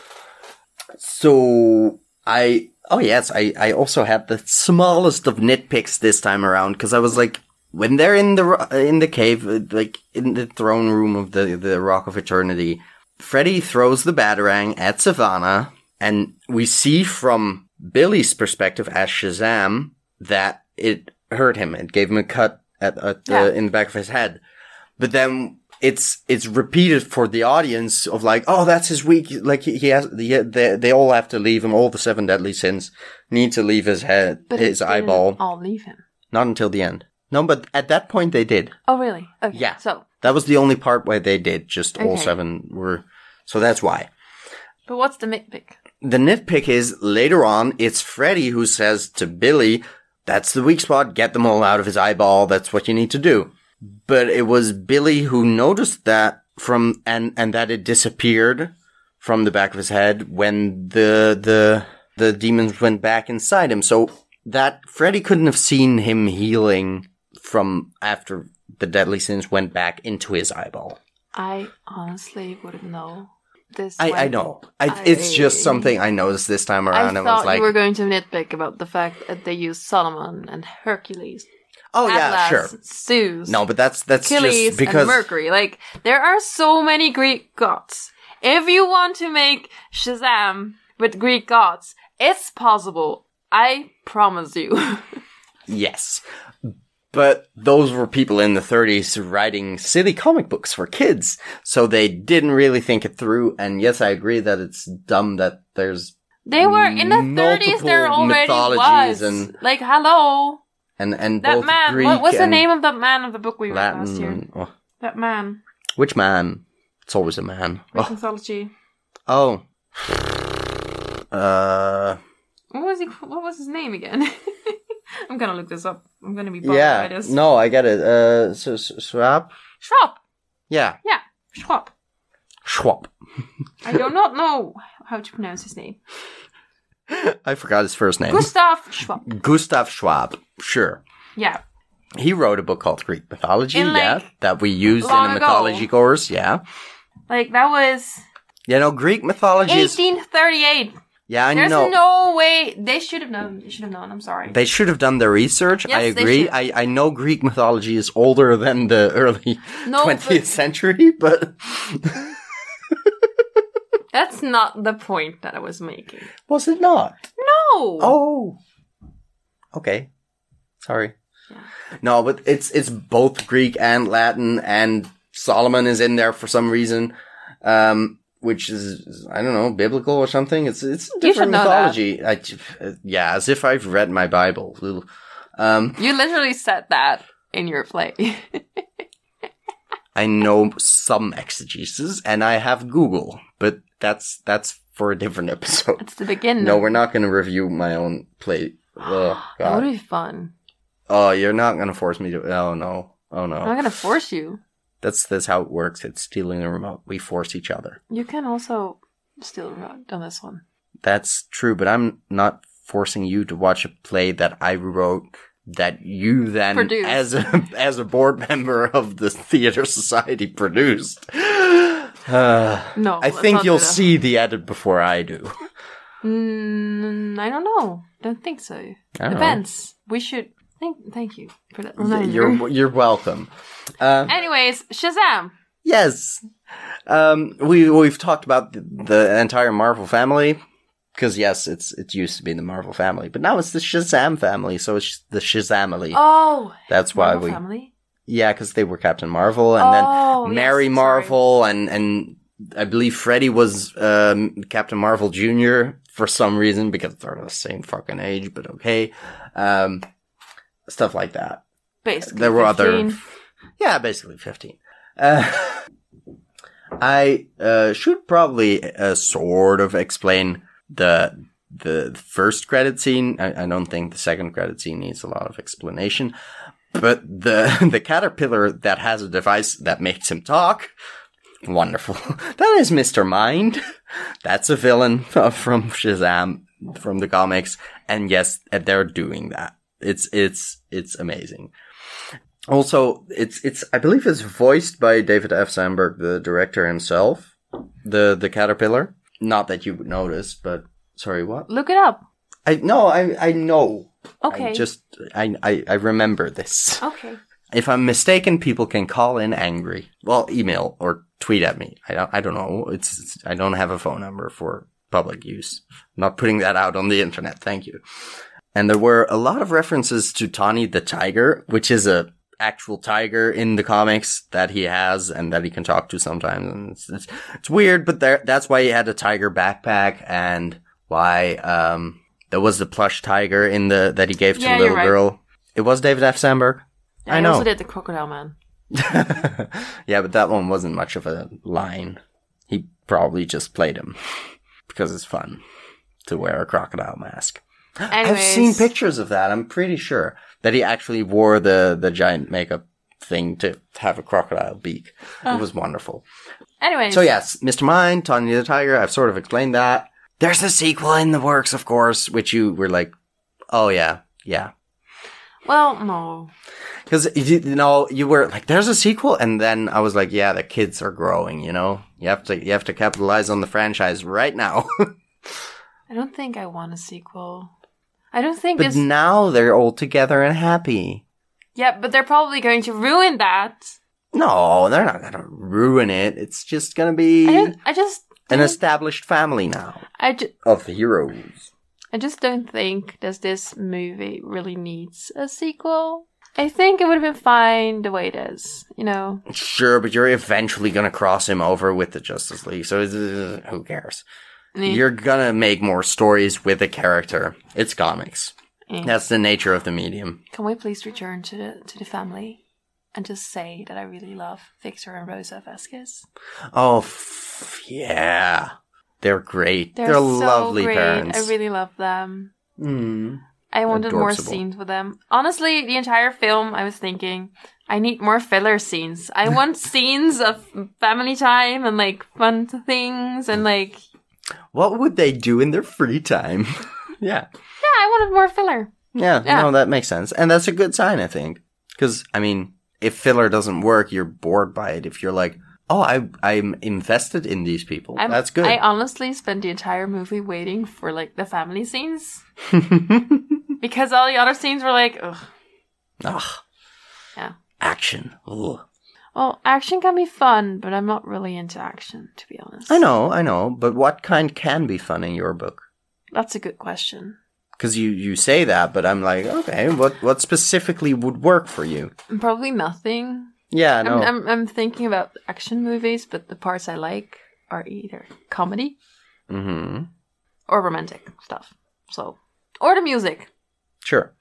Speaker 1: so I oh yes, I I also had the smallest of nitpicks this time around because I was like. When they're in the ro- in the cave, uh, like in the throne room of the the Rock of Eternity, Freddy throws the batarang at Savannah, and we see from Billy's perspective as Shazam that it hurt him. It gave him a cut at, at the,
Speaker 2: Yeah.
Speaker 1: in the back of his head. But then it's it's repeated for the audience of like, oh, that's his weak. Like he, he has, the, they, they all have to leave him. All the seven deadly sins need to leave his head,
Speaker 2: But
Speaker 1: his eyeball.
Speaker 2: I'll leave him.
Speaker 1: Not until the end. No, but at that point they did.
Speaker 2: Oh, really? Okay.
Speaker 1: Yeah.
Speaker 2: So,
Speaker 1: That was the only part where they did. Just all
Speaker 2: Okay.
Speaker 1: seven were. So that's why.
Speaker 2: but what's the nitpick?
Speaker 1: The nitpick is later on, it's Freddy who says to Billy, that's the weak spot, get them all out of his eyeball, that's what you need to do. But it was Billy who noticed that from, and, and that it disappeared from the back of his head when the, the, the demons went back inside him. So that Freddy couldn't have seen him healing from after the deadly sins went back into his eyeball.
Speaker 2: I honestly wouldn't know this.
Speaker 1: I, I
Speaker 2: one.
Speaker 1: know. I, it's just something I noticed this time
Speaker 2: I
Speaker 1: around. I,
Speaker 2: thought
Speaker 1: was like,
Speaker 2: you were going to nitpick about the fact that they used Solomon and Hercules.
Speaker 1: oh yeah,
Speaker 2: Atlas,
Speaker 1: sure.
Speaker 2: Zeus.
Speaker 1: No, but that's that's
Speaker 2: Achilles
Speaker 1: just because
Speaker 2: and Mercury. Like there are so many Greek gods. If you want to make Shazam with Greek gods, it's possible. I promise you.
Speaker 1: yes. But those were people in the 30s writing silly comic books for kids, so they didn't really think it through. And yes, I agree that it's dumb that there's
Speaker 2: they were in the thirties. There
Speaker 1: Multiple
Speaker 2: already
Speaker 1: mythologies
Speaker 2: was
Speaker 1: and-
Speaker 2: like hello
Speaker 1: and and
Speaker 2: that
Speaker 1: both
Speaker 2: man.
Speaker 1: Greek
Speaker 2: what was the
Speaker 1: and
Speaker 2: name of that man of the book we read
Speaker 1: Latin.
Speaker 2: last year?
Speaker 1: and- oh,
Speaker 2: That man.
Speaker 1: which man? It's always a man.
Speaker 2: Greek
Speaker 1: Oh,
Speaker 2: mythology.
Speaker 1: Oh. Uh,
Speaker 2: What was he? What was his name again? I'm gonna look this up. I'm gonna be bothered by
Speaker 1: yeah.
Speaker 2: this.
Speaker 1: No, I get it. Uh, so, so, Schwab?
Speaker 2: Schwab.
Speaker 1: Yeah.
Speaker 2: Yeah, Schwab.
Speaker 1: Schwab.
Speaker 2: I do not know how to pronounce his name.
Speaker 1: I forgot his first name.
Speaker 2: Gustav Schwab.
Speaker 1: Gustav Schwab. Sure.
Speaker 2: Yeah.
Speaker 1: He wrote a book called Greek Mythology,
Speaker 2: In, like,
Speaker 1: yeah, that we used in
Speaker 2: long
Speaker 1: a
Speaker 2: ago.
Speaker 1: mythology course, yeah.
Speaker 2: Like that was
Speaker 1: You know, Greek mythology is,
Speaker 2: 1838.
Speaker 1: yeah, I
Speaker 2: There's
Speaker 1: know.
Speaker 2: no way they should have known. They should have known. I'm sorry.
Speaker 1: They should have done their research.
Speaker 2: Yes,
Speaker 1: I
Speaker 2: they
Speaker 1: agree.
Speaker 2: should.
Speaker 1: I, I know Greek mythology is older than the early
Speaker 2: No,
Speaker 1: 20th
Speaker 2: but-
Speaker 1: century, but
Speaker 2: That's not the point that I was making.
Speaker 1: was it not?
Speaker 2: No.
Speaker 1: Oh. Okay. Sorry.
Speaker 2: Yeah.
Speaker 1: No, but it's it's both Greek and Latin and Solomon is in there for some reason. Um which is I don't know, biblical or something. It's it's a
Speaker 2: You should
Speaker 1: different
Speaker 2: know that.
Speaker 1: mythology. I, uh, yeah, as if I've read my Bible. Ugh. Um
Speaker 2: You literally said that in your play.
Speaker 1: I know some exegesis and I have Google, but that's that's for a different episode.
Speaker 2: it's the beginning.
Speaker 1: No, we're not going to review my own play. Ugh,
Speaker 2: That
Speaker 1: God.
Speaker 2: would be fun.
Speaker 1: Oh, you're not gonna force me to. Oh no. Oh
Speaker 2: I'm
Speaker 1: no.
Speaker 2: not gonna force you.
Speaker 1: That's that's how it works. It's stealing the remote. We force each other.
Speaker 2: You can also still write on this one.
Speaker 1: That's true, but I'm not forcing you to watch a play that I wrote that you then
Speaker 2: Produced.
Speaker 1: as a as a board member of the theater society produced. Uh,
Speaker 2: No.
Speaker 1: I
Speaker 2: let's
Speaker 1: think
Speaker 2: not
Speaker 1: you'll
Speaker 2: do that.
Speaker 1: see the edit before I do.
Speaker 2: Mm, I don't know. Don't think so.
Speaker 1: I don't know.
Speaker 2: Events. We should. Thank, thank you for that.
Speaker 1: Y-
Speaker 2: Remember.
Speaker 1: You're you're welcome. Uh,
Speaker 2: Anyways, Shazam.
Speaker 1: Yes. Um, we we've talked about the, the entire Marvel family because yes, it's it used to be the Marvel family, but now it's the Shazam family. So it's the Shazamily.
Speaker 2: Oh,
Speaker 1: That's why
Speaker 2: Marvel
Speaker 1: we
Speaker 2: family.
Speaker 1: yeah, because they were Captain Marvel and
Speaker 2: Oh,
Speaker 1: then
Speaker 2: yes,
Speaker 1: Mary
Speaker 2: sorry.
Speaker 1: Marvel and and I believe Freddy was um, Captain Marvel Junior for some reason because they're the same fucking age, but okay, um, stuff like that.
Speaker 2: Basically,
Speaker 1: There were other-
Speaker 2: 15.
Speaker 1: Yeah, basically 15. Uh, I uh, should probably uh, sort of explain the the first credit scene. I, I don't think the second credit scene needs a lot of explanation, but the the caterpillar that has a device that makes him talk. Wonderful. That is Mr. Mind. That's a villain uh, from Shazam from the comics. And yes, they're doing that. It's it's it's amazing. Also, it's it's I believe it's voiced by David F. Sandberg, the director himself. The the caterpillar. Not that you would notice, but sorry, what?
Speaker 2: Look it up.
Speaker 1: I no, I I know.
Speaker 2: Okay.
Speaker 1: I just I, I I remember this.
Speaker 2: Okay.
Speaker 1: If I'm mistaken, people can call in angry. Well, email or tweet at me. I don't I don't know. It's, it's I don't have a phone number for public use. not putting that out on the internet. Thank you. And there were a lot of references to Tawny the tiger, which is a actual tiger in the comics that he has and that he can talk to sometimes. And it's, it's, it's weird, but there, that's why he had a tiger backpack and why, um, there was the plush tiger in the, that he gave to
Speaker 2: Yeah,
Speaker 1: the
Speaker 2: you're
Speaker 1: little
Speaker 2: right.
Speaker 1: girl. It was David F. Sandberg. I know.
Speaker 2: also did the Crocodile Man.
Speaker 1: yeah, but that one wasn't much of a line. He probably just played him because it's fun. to wear a crocodile mask. I've
Speaker 2: Anyways.
Speaker 1: seen pictures of that. I'm pretty sure that he actually wore the the giant makeup thing to have a crocodile beak. It was wonderful.
Speaker 2: Anyways,
Speaker 1: So yes, Mr. Mind, Tanya the Tiger. I've sort of explained that. There's a sequel in the works, of course, which you were like, "Oh yeah, yeah,"
Speaker 2: Well, no.
Speaker 1: because you, you know you were like, "There's a sequel," and then I was like, "Yeah, the kids are growing. You know, you have to you have to capitalize on the franchise right now."
Speaker 2: I don't think I want a sequel. I don't think
Speaker 1: but
Speaker 2: this.
Speaker 1: now they're all together and happy.
Speaker 2: yeah, but they're probably going to ruin that.
Speaker 1: No, they're not gonna ruin it. It's just gonna
Speaker 2: I,
Speaker 1: be
Speaker 2: don't, I just.
Speaker 1: an
Speaker 2: don't-
Speaker 1: established family now
Speaker 2: I, ju-
Speaker 1: of heroes.
Speaker 2: I just don't think that this movie really needs a sequel. I think it would have been fine the way it is, you know.
Speaker 1: Sure, but you're eventually gonna cross him over with the Justice League, so it's, uh, who cares?
Speaker 2: Eh,
Speaker 1: You're gonna make more stories with a character. It's comics.
Speaker 2: eh.
Speaker 1: That's the nature of the medium.
Speaker 2: Can we please return to the, to the family and just say that I really love Victor and Rosa Vasquez?
Speaker 1: Oh, f- yeah. They're great.
Speaker 2: They're,
Speaker 1: They're,
Speaker 2: so
Speaker 1: lovely
Speaker 2: great.
Speaker 1: parents.
Speaker 2: I really love them.
Speaker 1: Mm.
Speaker 2: I wanted more
Speaker 1: Adorable.
Speaker 2: scenes with them. Honestly, the entire film, I was thinking, I need more filler scenes. I want scenes of family time and like fun things and like, yeah,
Speaker 1: What would they do in their free time? yeah.
Speaker 2: I wanted more filler.
Speaker 1: Yeah,
Speaker 2: Yeah.
Speaker 1: no, that makes sense. And that's a good sign, I think. Because, I mean, if filler doesn't work, you're bored by it. If you're like, oh, I, I'm invested in these people,
Speaker 2: I'm-
Speaker 1: that's good.
Speaker 2: I honestly spent the entire movie waiting for like the family scenes because all the other scenes were like, ugh.
Speaker 1: Ugh.
Speaker 2: Yeah.
Speaker 1: Action. Ugh.
Speaker 2: Well, action can be fun, but I'm not really into action, to be honest.
Speaker 1: I know, I know. But what kind can be fun in your book?
Speaker 2: That's a good question.
Speaker 1: Because you, you say that, but I'm like, okay, what, what specifically would work for you?
Speaker 2: Probably nothing.
Speaker 1: Yeah, no.
Speaker 2: I'm, I'm, I'm thinking about action movies, but the parts I like are either comedy
Speaker 1: mm-hmm.
Speaker 2: or romantic stuff. So, or the music.
Speaker 1: Sure.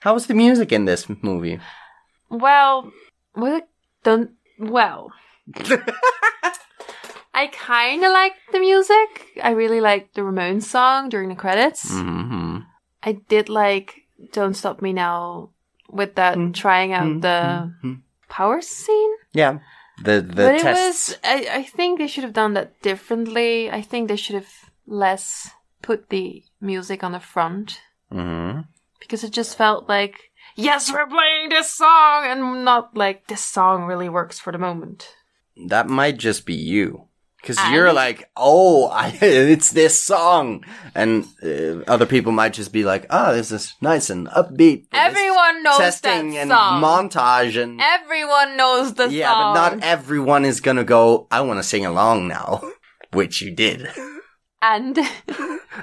Speaker 1: How was the music in this movie?
Speaker 2: Well, well, don't well. I kind of like the music. I really like the Ramones song during the credits.
Speaker 1: Mm-hmm.
Speaker 2: I did like "Don't Stop Me Now" with that
Speaker 1: Mm.
Speaker 2: trying out the power scene.
Speaker 1: Yeah. The, the
Speaker 2: but
Speaker 1: tests.
Speaker 2: it was I, I think they should have done that differently i think they should have less put the music on the front
Speaker 1: Mm-hmm.
Speaker 2: because it just felt like yes we're playing this song and not like this song really works for the moment
Speaker 1: that might just be you because
Speaker 2: I-
Speaker 1: you're like oh I, it's this song and uh, other people might just be like oh this is nice and upbeat but it's
Speaker 2: everyone knows
Speaker 1: testing
Speaker 2: that
Speaker 1: and
Speaker 2: song
Speaker 1: montage and
Speaker 2: everyone knows the
Speaker 1: yeah
Speaker 2: song
Speaker 1: but not everyone is gonna go i want to sing along now which you did
Speaker 2: and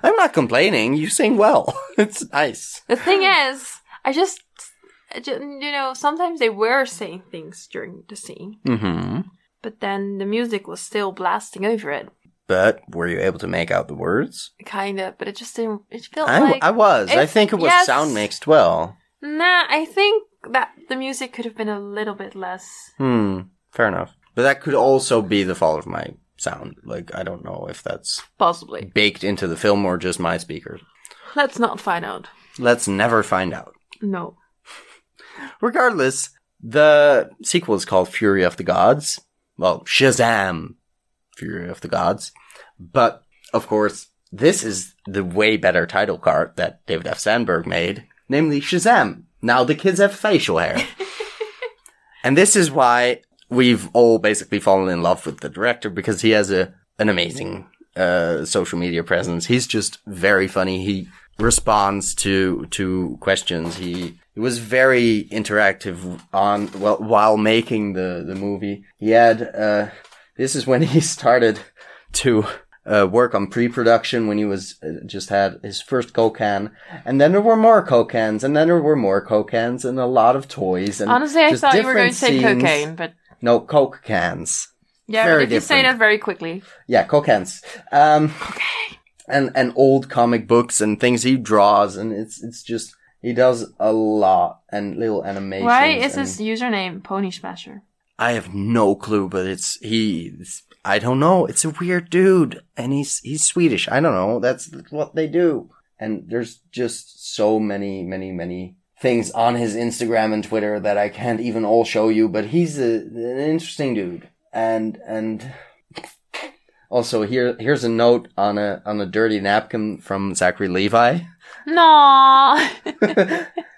Speaker 1: i'm not complaining you sing well it's nice
Speaker 2: the thing is i just I ju- you know sometimes they were saying things during the scene
Speaker 1: mm-hmm
Speaker 2: but then the music was still blasting over it
Speaker 1: but were you able to make out the words
Speaker 2: kind of, but it just didn't. It felt
Speaker 1: I,
Speaker 2: like
Speaker 1: I was i
Speaker 2: if-
Speaker 1: think it was
Speaker 2: yes.
Speaker 1: sound mixed well
Speaker 2: nah. I think that the music could have been a little bit less.
Speaker 1: Hmm. Fair enough. But that could also be the fault of my sound. Like, I don't know if that's
Speaker 2: Possibly.
Speaker 1: baked into the film or just my speakers.
Speaker 2: Let's not find out.
Speaker 1: Let's never find out.
Speaker 2: No.
Speaker 1: Regardless, the sequel is called Fury of the Gods. Well, Shazam! Fury of the Gods. But, of course, this is the way better title card that David F. Sandberg made, namely Shazam! Now the kids have facial hair. and this is why we've all basically fallen in love with the director because he has a an amazing uh, social media presence. He's just very funny. He responds to to questions. He he was very interactive on well while making the the movie. He had uh, this is when he started to uh, work on pre-production when he was uh, just had his first cocan and then there were more cocans and then there were more cocans and a lot of toys and
Speaker 2: Honestly, I
Speaker 1: just
Speaker 2: thought you were
Speaker 1: different
Speaker 2: going to say
Speaker 1: scenes.
Speaker 2: cocaine, but
Speaker 1: No, Coke cans.
Speaker 2: yeah,
Speaker 1: Very
Speaker 2: but if you say
Speaker 1: different.
Speaker 2: that very quickly,
Speaker 1: Yeah, Coke cans. Um, and and old comic books and things he draws, and it's it's just he does a lot and little animations.
Speaker 2: why is
Speaker 1: and-
Speaker 2: his username Pony Smasher?
Speaker 1: I have no clue, but it's he. It's I don't know. It's a weird dude, and he's he's Swedish. I don't know. That's what they do. And there's just so many, many, many things on his Instagram and Twitter that I can't even all show you. But he's a, an interesting dude, and and also here here's a note on a on a dirty napkin from Zachary Levi.
Speaker 2: No.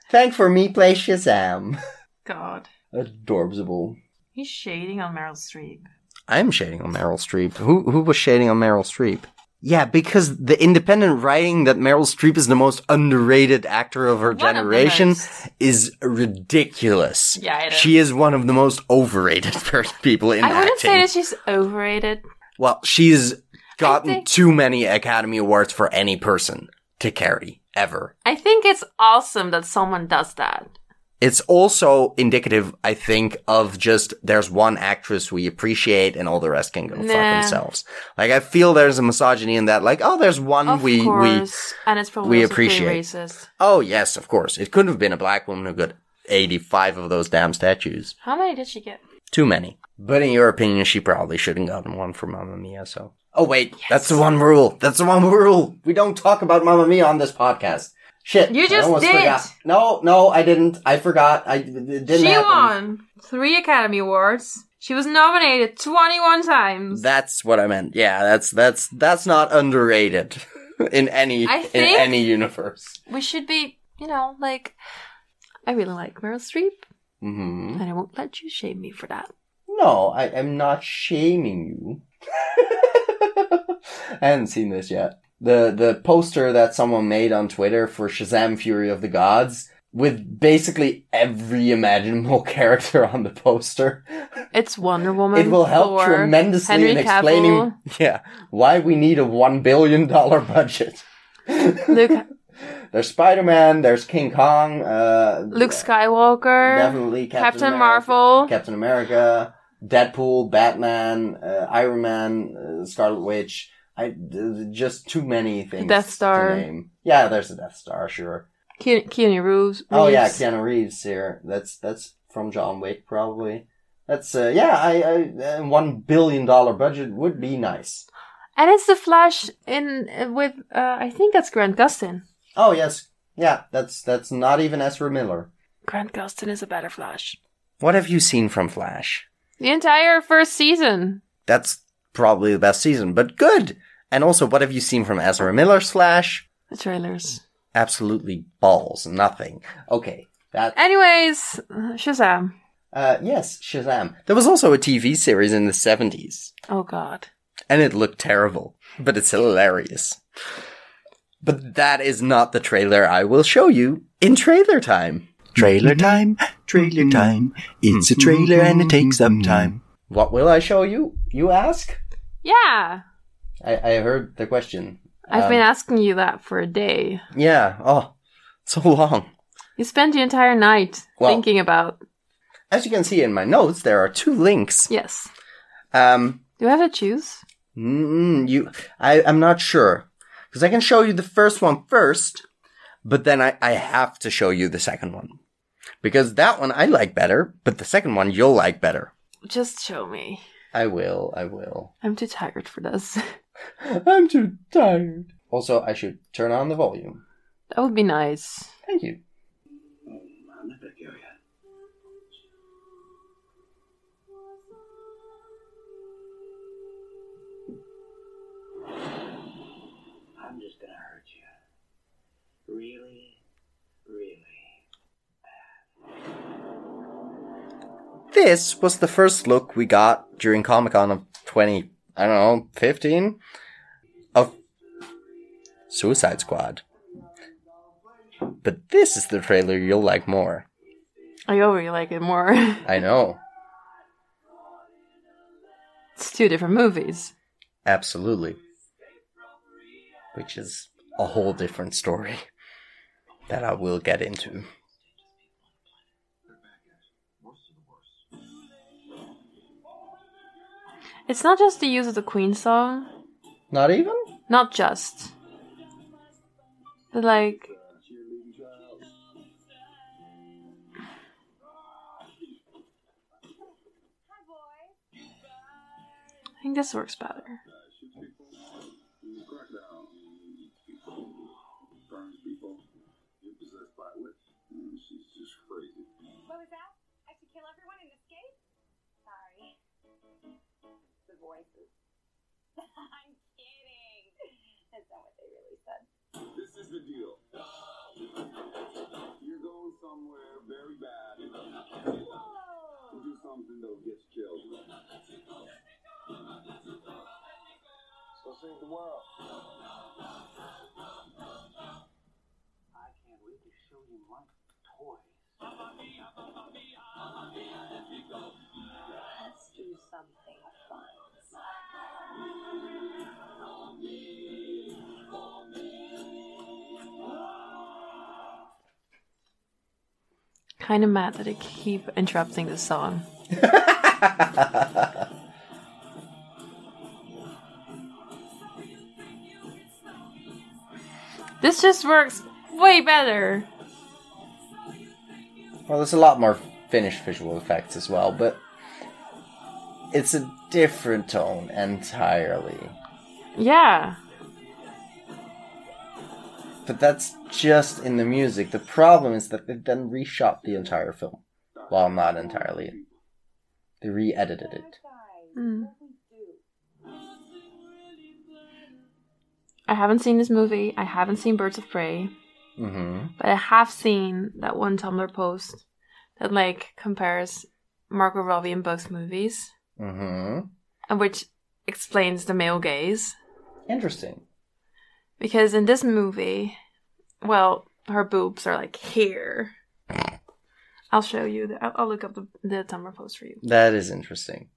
Speaker 1: Thank for me, play Shazam.
Speaker 2: God.
Speaker 1: Adorbsable.
Speaker 2: He's shading on Meryl Streep.
Speaker 1: I'm shading on Meryl Streep. Who who was shading on Meryl Streep? Yeah, because the independent writing that Meryl Streep is the most underrated actor of her
Speaker 2: One of the
Speaker 1: generation
Speaker 2: most.
Speaker 1: is ridiculous.
Speaker 2: Yeah, it is.
Speaker 1: She is one of the most overrated people in
Speaker 2: I wouldn't
Speaker 1: acting.
Speaker 2: say that she's overrated.
Speaker 1: well, she's gotten
Speaker 2: think-
Speaker 1: too many Academy Awards for any person to carry ever.
Speaker 2: I think it's awesome that someone does that.
Speaker 1: It's also indicative, I think, of just there's one actress we appreciate and all the rest can go
Speaker 2: Nah.
Speaker 1: fuck themselves. Like I feel there's a misogyny in that. Like oh, there's one
Speaker 2: Of
Speaker 1: we we
Speaker 2: course. and it's probably
Speaker 1: we
Speaker 2: also pretty
Speaker 1: appreciate.
Speaker 2: racist.
Speaker 1: oh yes, of course. It couldn't have been a black woman who got eighty five of those damn statues.
Speaker 2: How many did she get?
Speaker 1: Too many. But in your opinion, she probably shouldn't gotten one for Mamma Mia. So oh wait, that's the one rule. That's the one rule. We don't talk about Mamma Mia on this podcast. Shit,
Speaker 2: You
Speaker 1: I
Speaker 2: just
Speaker 1: almost
Speaker 2: did.
Speaker 1: Forgot. No, no, I didn't. I forgot. I it didn't.
Speaker 2: she
Speaker 1: happen.
Speaker 2: won three Academy Awards. She was nominated 21 times.
Speaker 1: That's what I meant. Yeah, that's that's that's not underrated in any
Speaker 2: I
Speaker 1: in
Speaker 2: think-
Speaker 1: any universe.
Speaker 2: we should be, you know, like, I really like Meryl Streep,
Speaker 1: hmm
Speaker 2: and I won't let you shame me for that.
Speaker 1: No, I am not shaming you. I haven't seen this yet. The the poster that someone made on Twitter for Shazam Fury of the Gods with basically every imaginable character on the poster.
Speaker 2: It's Wonder Woman.
Speaker 1: It will help
Speaker 2: for
Speaker 1: tremendously
Speaker 2: Henry
Speaker 1: in explaining
Speaker 2: Cavill.
Speaker 1: yeah, why we need a 1 billion dollar budget.
Speaker 2: Luke,
Speaker 1: There's Spider Man. There's King Kong. Uh,
Speaker 2: Luke Skywalker,
Speaker 1: definitely Captain,
Speaker 2: Captain,
Speaker 1: America,
Speaker 2: Marvel,
Speaker 1: Captain America, Deadpool, Batman, uh, Iron Man, uh, Scarlet Witch. I th- just too many things.
Speaker 2: Death Star.
Speaker 1: To name. Yeah, there's a Death Star. Sure.
Speaker 2: Ke- Keanu Reeves.
Speaker 1: Oh yeah,
Speaker 2: Reeves.
Speaker 1: Keanu Reeves here. That's that's from John Wick probably. That's uh, yeah. I, I uh, one billion dollar budget would be nice.
Speaker 2: And it's the Flash in uh, with uh, I think that's Grant Gustin.
Speaker 1: Oh yes, yeah. That's that's not even Ezra Miller.
Speaker 2: Grant Gustin is a better Flash.
Speaker 1: What have you seen from Flash?
Speaker 2: The entire first season.
Speaker 1: that's probably the best season, but good. And also, what have you seen from Ezra Miller's Flash?
Speaker 2: The trailers.
Speaker 1: Absolutely balls, nothing. Okay, that.
Speaker 2: Anyways, Shazam.
Speaker 1: Uh, yes, Shazam. There was also a TV series in the seventies,
Speaker 2: Oh God.
Speaker 1: and it looked terrible, but it's hilarious. But that is not the trailer I will show you in trailer time.
Speaker 3: Trailer time, trailer time. It's a trailer and it takes up time.
Speaker 1: What will I show you? You ask.
Speaker 2: Yeah,
Speaker 1: I, I heard the question.
Speaker 2: I've
Speaker 1: Um,
Speaker 2: been asking you that for a day.
Speaker 1: Yeah. Oh, so long.
Speaker 2: You spent the entire night
Speaker 1: Well-
Speaker 2: thinking about
Speaker 1: As you can see in my notes, there are two links.
Speaker 2: yes.
Speaker 1: Um,
Speaker 2: Do I have to choose?
Speaker 1: Mm, you, I, I'm not sure because I can show you the first one first, but then I, I have to show you the second one because that one I like better, but the second one you'll like better.
Speaker 2: Just show me.
Speaker 1: I will. I will.
Speaker 2: I'm too tired for this.
Speaker 1: I'm too tired. Also, I should turn on the volume.
Speaker 2: that would be nice.
Speaker 1: Thank you.
Speaker 4: I'm just gonna hurt you. Really, really.
Speaker 1: This was the first look we got during Comic Con of 20, I don't know, 15 of Suicide Squad. But this is the trailer you'll like more.
Speaker 2: I already like it more.
Speaker 1: I know.
Speaker 2: it's two different movies.
Speaker 1: Absolutely. Which is a whole different story that I will get into.
Speaker 2: It's not just the use of the Queen song.
Speaker 1: Not even?
Speaker 2: Not just. But like. I think this works better.
Speaker 5: crocodile eats people, burns people, is possessed by a witch. Mm, she's just crazy.
Speaker 6: What was that? I should kill everyone and escape? Sorry. The voices. I'm kidding. That's not what they really said.
Speaker 5: This is the deal. You're going somewhere very bad.
Speaker 6: Whoa!
Speaker 5: Do something that'll get you killed. So save the world.
Speaker 4: I can't wait to show you my toys.
Speaker 6: Let's do something fun.
Speaker 2: Kind of mad that I keep interrupting the song. this just works way better.
Speaker 1: Well, there's a lot more finished visual effects as well, but it's a different tone entirely.
Speaker 2: Yeah.
Speaker 1: But that's just in the music. The problem is that they've then reshot the entire film. Well, not entirely. They re edited it.
Speaker 6: Guys,
Speaker 2: Mm.
Speaker 6: what we do?
Speaker 2: I haven't seen this movie. I haven't seen Birds of Prey.
Speaker 1: Mm
Speaker 2: But I have seen that one Tumblr post that like compares Margot Robbie and both movies,
Speaker 1: hmm. Mm
Speaker 2: and which explains the male gaze.
Speaker 1: hmm. Interesting.
Speaker 2: Because in this movie, well, her boobs are like here. I'll show you. The, I'll, I'll look up the, the Tumblr post for you.
Speaker 1: That is interesting.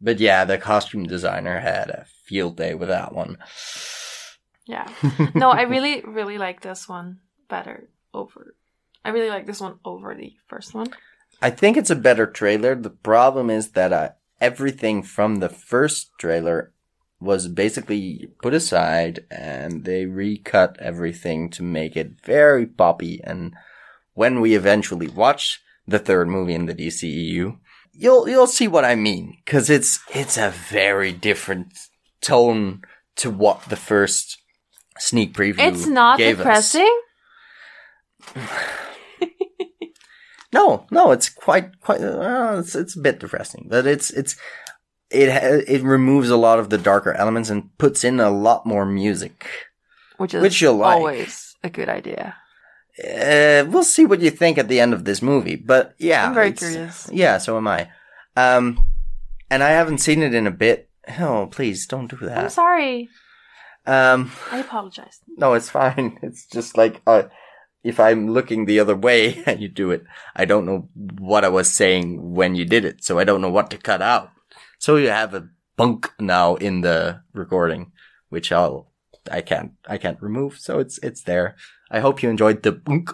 Speaker 1: But yeah, the costume designer had a field day with that one.
Speaker 2: Yeah. No, I really, really like this one better over. I really like this one over the first one.
Speaker 1: I think it's a better trailer. The problem is that uh, everything from the first trailer was basically put aside and they recut everything to make it very poppy. And when we eventually watch the third movie in the DCEU, you'll, you'll see what I mean. Cause it's, it's a very different tone to what the first sneak preview
Speaker 2: It's not
Speaker 1: gave us.
Speaker 2: depressing.
Speaker 1: No, no, it's quite quite. Uh, it's it's a bit depressing, but it's it's it ha- it removes a lot of the darker elements and puts in a lot more music.
Speaker 2: Which is
Speaker 1: Which you like.
Speaker 2: always a good idea.
Speaker 1: Uh, we'll see what you think at the end of this movie, but yeah,
Speaker 2: I'm very
Speaker 1: it's-
Speaker 2: curious.
Speaker 1: Yeah, so am I. Um, and I haven't seen it in a bit. Oh, please don't do
Speaker 2: I'm
Speaker 1: that.
Speaker 2: sorry.
Speaker 1: Um,
Speaker 2: I apologize.
Speaker 1: no, it's fine. It's just like uh, if I'm looking the other way and you do it, I don't know what I was saying when you did it, so I don't know what to cut out. So you have a bunk now in the recording, which I'll I can't I can't remove. So it's it's there. I hope you enjoyed the bunk.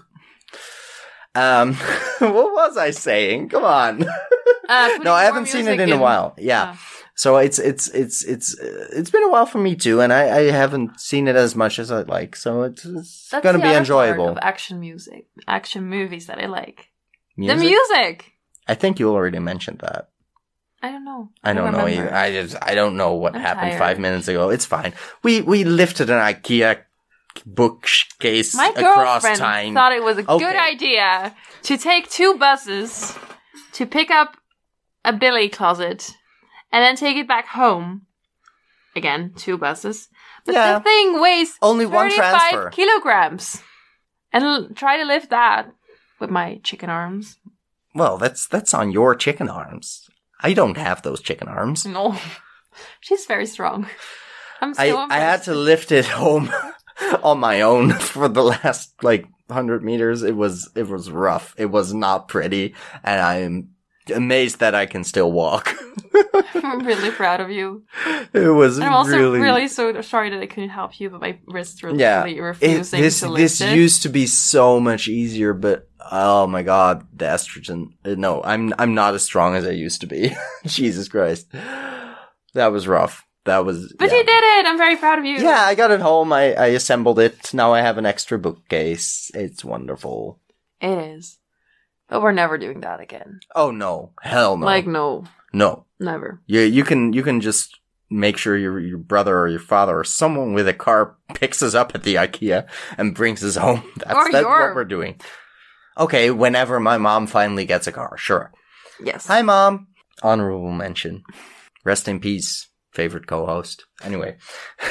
Speaker 1: Um, what was I saying? Come on.
Speaker 2: Uh, putting
Speaker 1: no, I
Speaker 2: more
Speaker 1: haven't seen it
Speaker 2: music Uh.
Speaker 1: in a while. Yeah.
Speaker 2: Yeah.
Speaker 1: So it's it's it's it's uh, it's been a while for me too, and I, I haven't seen it as much as I'd like. So it's, it's
Speaker 2: That's
Speaker 1: gonna
Speaker 2: the
Speaker 1: be
Speaker 2: other
Speaker 1: enjoyable.
Speaker 2: Part of action music, action movies that I like.
Speaker 1: Music?
Speaker 2: The music.
Speaker 1: I think you already mentioned that.
Speaker 2: I don't know.
Speaker 1: I don't know.
Speaker 2: remember.
Speaker 1: either. I just I don't know what
Speaker 2: I'm
Speaker 1: happened
Speaker 2: tired.
Speaker 1: five minutes ago. It's fine. We we lifted an IKEA bookcase
Speaker 2: My
Speaker 1: across
Speaker 2: girlfriend
Speaker 1: time.
Speaker 2: thought it was a
Speaker 1: Okay.
Speaker 2: good idea to take two buses to pick up a billy closet and then take it back home. Again, two buses. But
Speaker 1: Yeah.
Speaker 2: the thing weighs
Speaker 1: Only one
Speaker 2: 35
Speaker 1: transfer.
Speaker 2: kilograms. And l- try to lift that with my chicken arms.
Speaker 1: well, that's that's on your chicken arms. I don't have those chicken arms.
Speaker 2: No. She's very strong. I'm so
Speaker 1: I,
Speaker 2: impressed.
Speaker 1: I had to lift it home on my own for the last like hundred meters. It was it was rough. It was not pretty, and I'm amazed that I can still walk.
Speaker 2: I'm really proud of you.
Speaker 1: it was
Speaker 2: And I'm also
Speaker 1: really,
Speaker 2: really, so sorry that I couldn't help you, but my wrists were
Speaker 1: Yeah.
Speaker 2: literally
Speaker 1: It,
Speaker 2: refusing
Speaker 1: this
Speaker 2: to
Speaker 1: this
Speaker 2: lift it.
Speaker 1: used to be so much easier, but oh my god, the estrogen. uh, No, I'm I'm not as strong as I used to be. Jesus Christ, that was rough. That was.
Speaker 2: but
Speaker 1: yeah.
Speaker 2: you did it! I'm very proud of you.
Speaker 1: Yeah, I got it home. I, I assembled it. Now I have an extra bookcase. It's wonderful.
Speaker 2: It is. But we're never doing that again.
Speaker 1: Oh no, hell no.
Speaker 2: Like, no.
Speaker 1: no,
Speaker 2: Never.
Speaker 1: you you can you can just make sure your, your brother or your father or someone with a car picks us up at the IKEA and brings us home. That's,
Speaker 2: Or
Speaker 1: that's
Speaker 2: your-
Speaker 1: what we're doing. Okay, whenever my mom finally gets a car, sure.
Speaker 2: Yes.
Speaker 1: Hi, mom. Honorable mention. Rest in peace, favorite co-host. Anyway.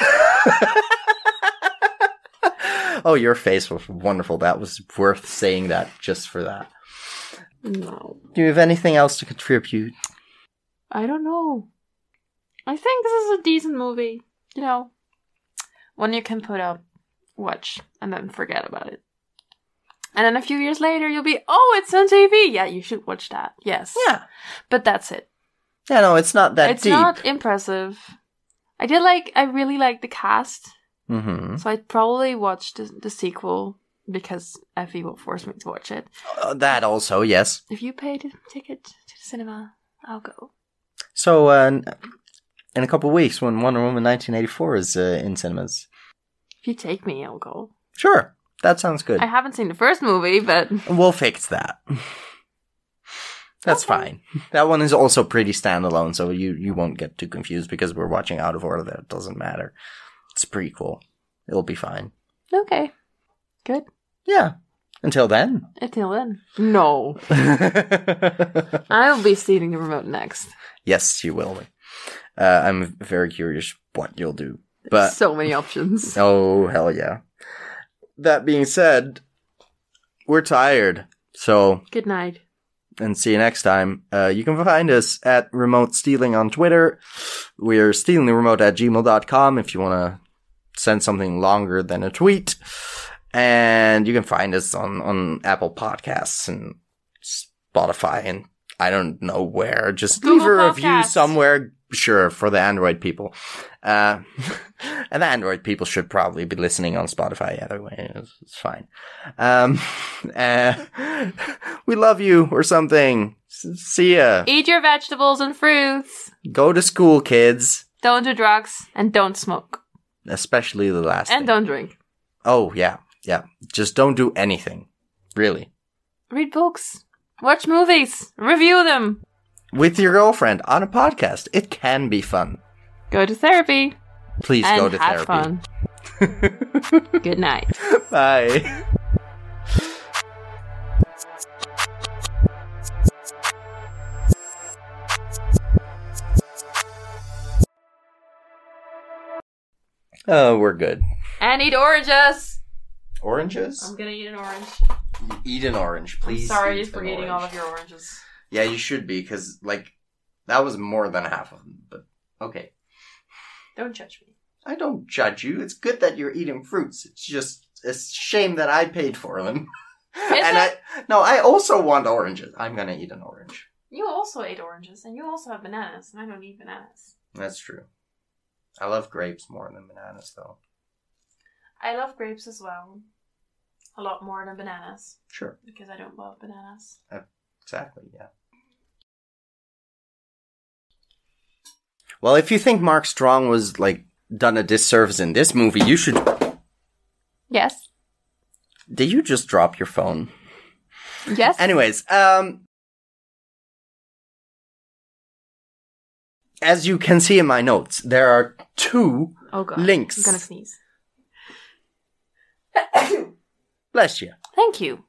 Speaker 1: oh, your face was wonderful. That was worth saying that just for that.
Speaker 2: no.
Speaker 1: Do you have anything else to contribute?
Speaker 2: I don't know. I think this is a decent movie. You know, one you can put up, watch, and then forget about it. And then a few years later, you'll be, oh, it's on TV. Yeah, you should watch that. Yes.
Speaker 1: Yeah.
Speaker 2: But that's it.
Speaker 1: Yeah, no, it's not that
Speaker 2: it's
Speaker 1: deep.
Speaker 2: not impressive. I did like. I really like the cast,
Speaker 1: hmm
Speaker 2: so I'd probably watch the, the sequel because Effie will force me to watch it.
Speaker 1: Uh, that also, yes.
Speaker 2: If you paid a ticket to the cinema, I'll go.
Speaker 1: So, uh, n- in a couple of weeks, when Wonder Woman 1984 is uh, in cinemas.
Speaker 2: If you take me, I'll go.
Speaker 1: Sure, that sounds good.
Speaker 2: I haven't seen the first movie, but
Speaker 1: We'll fix that. That's
Speaker 2: Okay.
Speaker 1: fine. That one is also pretty standalone, so you, you won't get too confused because we're watching out of order. That doesn't matter. It's prequel. It'll be fine.
Speaker 2: okay. Good.
Speaker 1: Yeah. Until then.
Speaker 2: Until then, no. I'll be stealing the remote next.
Speaker 1: yes, you will. Uh, I'm very curious what you'll do. But
Speaker 2: so many options.
Speaker 1: Oh, hell yeah. That being said, we're tired. So,
Speaker 2: Good night.
Speaker 1: and see you next time. Uh, you can find us at Remote Stealing on Twitter. We're stealing the remote at gmail.com if you want to send something longer than a tweet. And you can find us on, on Apple Podcasts and Spotify and I don't know where. Just leave
Speaker 2: Google
Speaker 1: a review
Speaker 2: Podcasts.
Speaker 1: somewhere. Sure, for the Android people. Uh, and the Android people should probably be listening on Spotify either way. It's, it's fine. Um, uh, we love you or something. S- see ya.
Speaker 2: Eat your vegetables and fruits.
Speaker 1: Go to school, kids.
Speaker 2: Don't do drugs and don't smoke
Speaker 1: Especially the last.
Speaker 2: and
Speaker 1: thing.
Speaker 2: don't drink.
Speaker 1: Oh yeah, yeah. Just don't do anything, really,
Speaker 2: read books, watch movies, review them,
Speaker 1: with your girlfriend on a podcast. It can be fun.
Speaker 2: go to therapy,
Speaker 1: Please
Speaker 2: and
Speaker 1: go to
Speaker 2: have
Speaker 1: therapy.
Speaker 2: fun. Good night.
Speaker 1: Bye. Oh, we're good.
Speaker 2: And eat oranges.
Speaker 1: Oranges?
Speaker 2: gonna eat an orange.
Speaker 1: E, Eat an orange, please.
Speaker 2: Um, Sorry
Speaker 1: eat
Speaker 2: for
Speaker 1: an
Speaker 2: eating
Speaker 1: orange.
Speaker 2: all of your oranges.
Speaker 1: Yeah, you should be, because, like, that was more than half of them, but okay.
Speaker 2: Don't judge me.
Speaker 1: I don't judge you. It's good that you're eating fruits. It's just a shame that I paid for them. and
Speaker 2: it?
Speaker 1: I no, I also want oranges. I'm gonna eat an orange.
Speaker 2: You also ate oranges, and you also have bananas, and I don't eat bananas.
Speaker 1: That's true. I love grapes more than bananas, though.
Speaker 2: I love grapes as well, a lot more than bananas
Speaker 1: Sure,
Speaker 2: because I don't love bananas.
Speaker 1: exactly. Yeah. Well, if you think Mark Strong was like done a disservice in this movie, you should.
Speaker 2: Yes.
Speaker 1: Did you just drop your phone?
Speaker 2: Yes.
Speaker 1: Anyways, um as you can see in my notes, there are two
Speaker 2: oh god.
Speaker 1: links.
Speaker 2: I'm gonna sneeze.
Speaker 1: bless you.
Speaker 2: Thank you.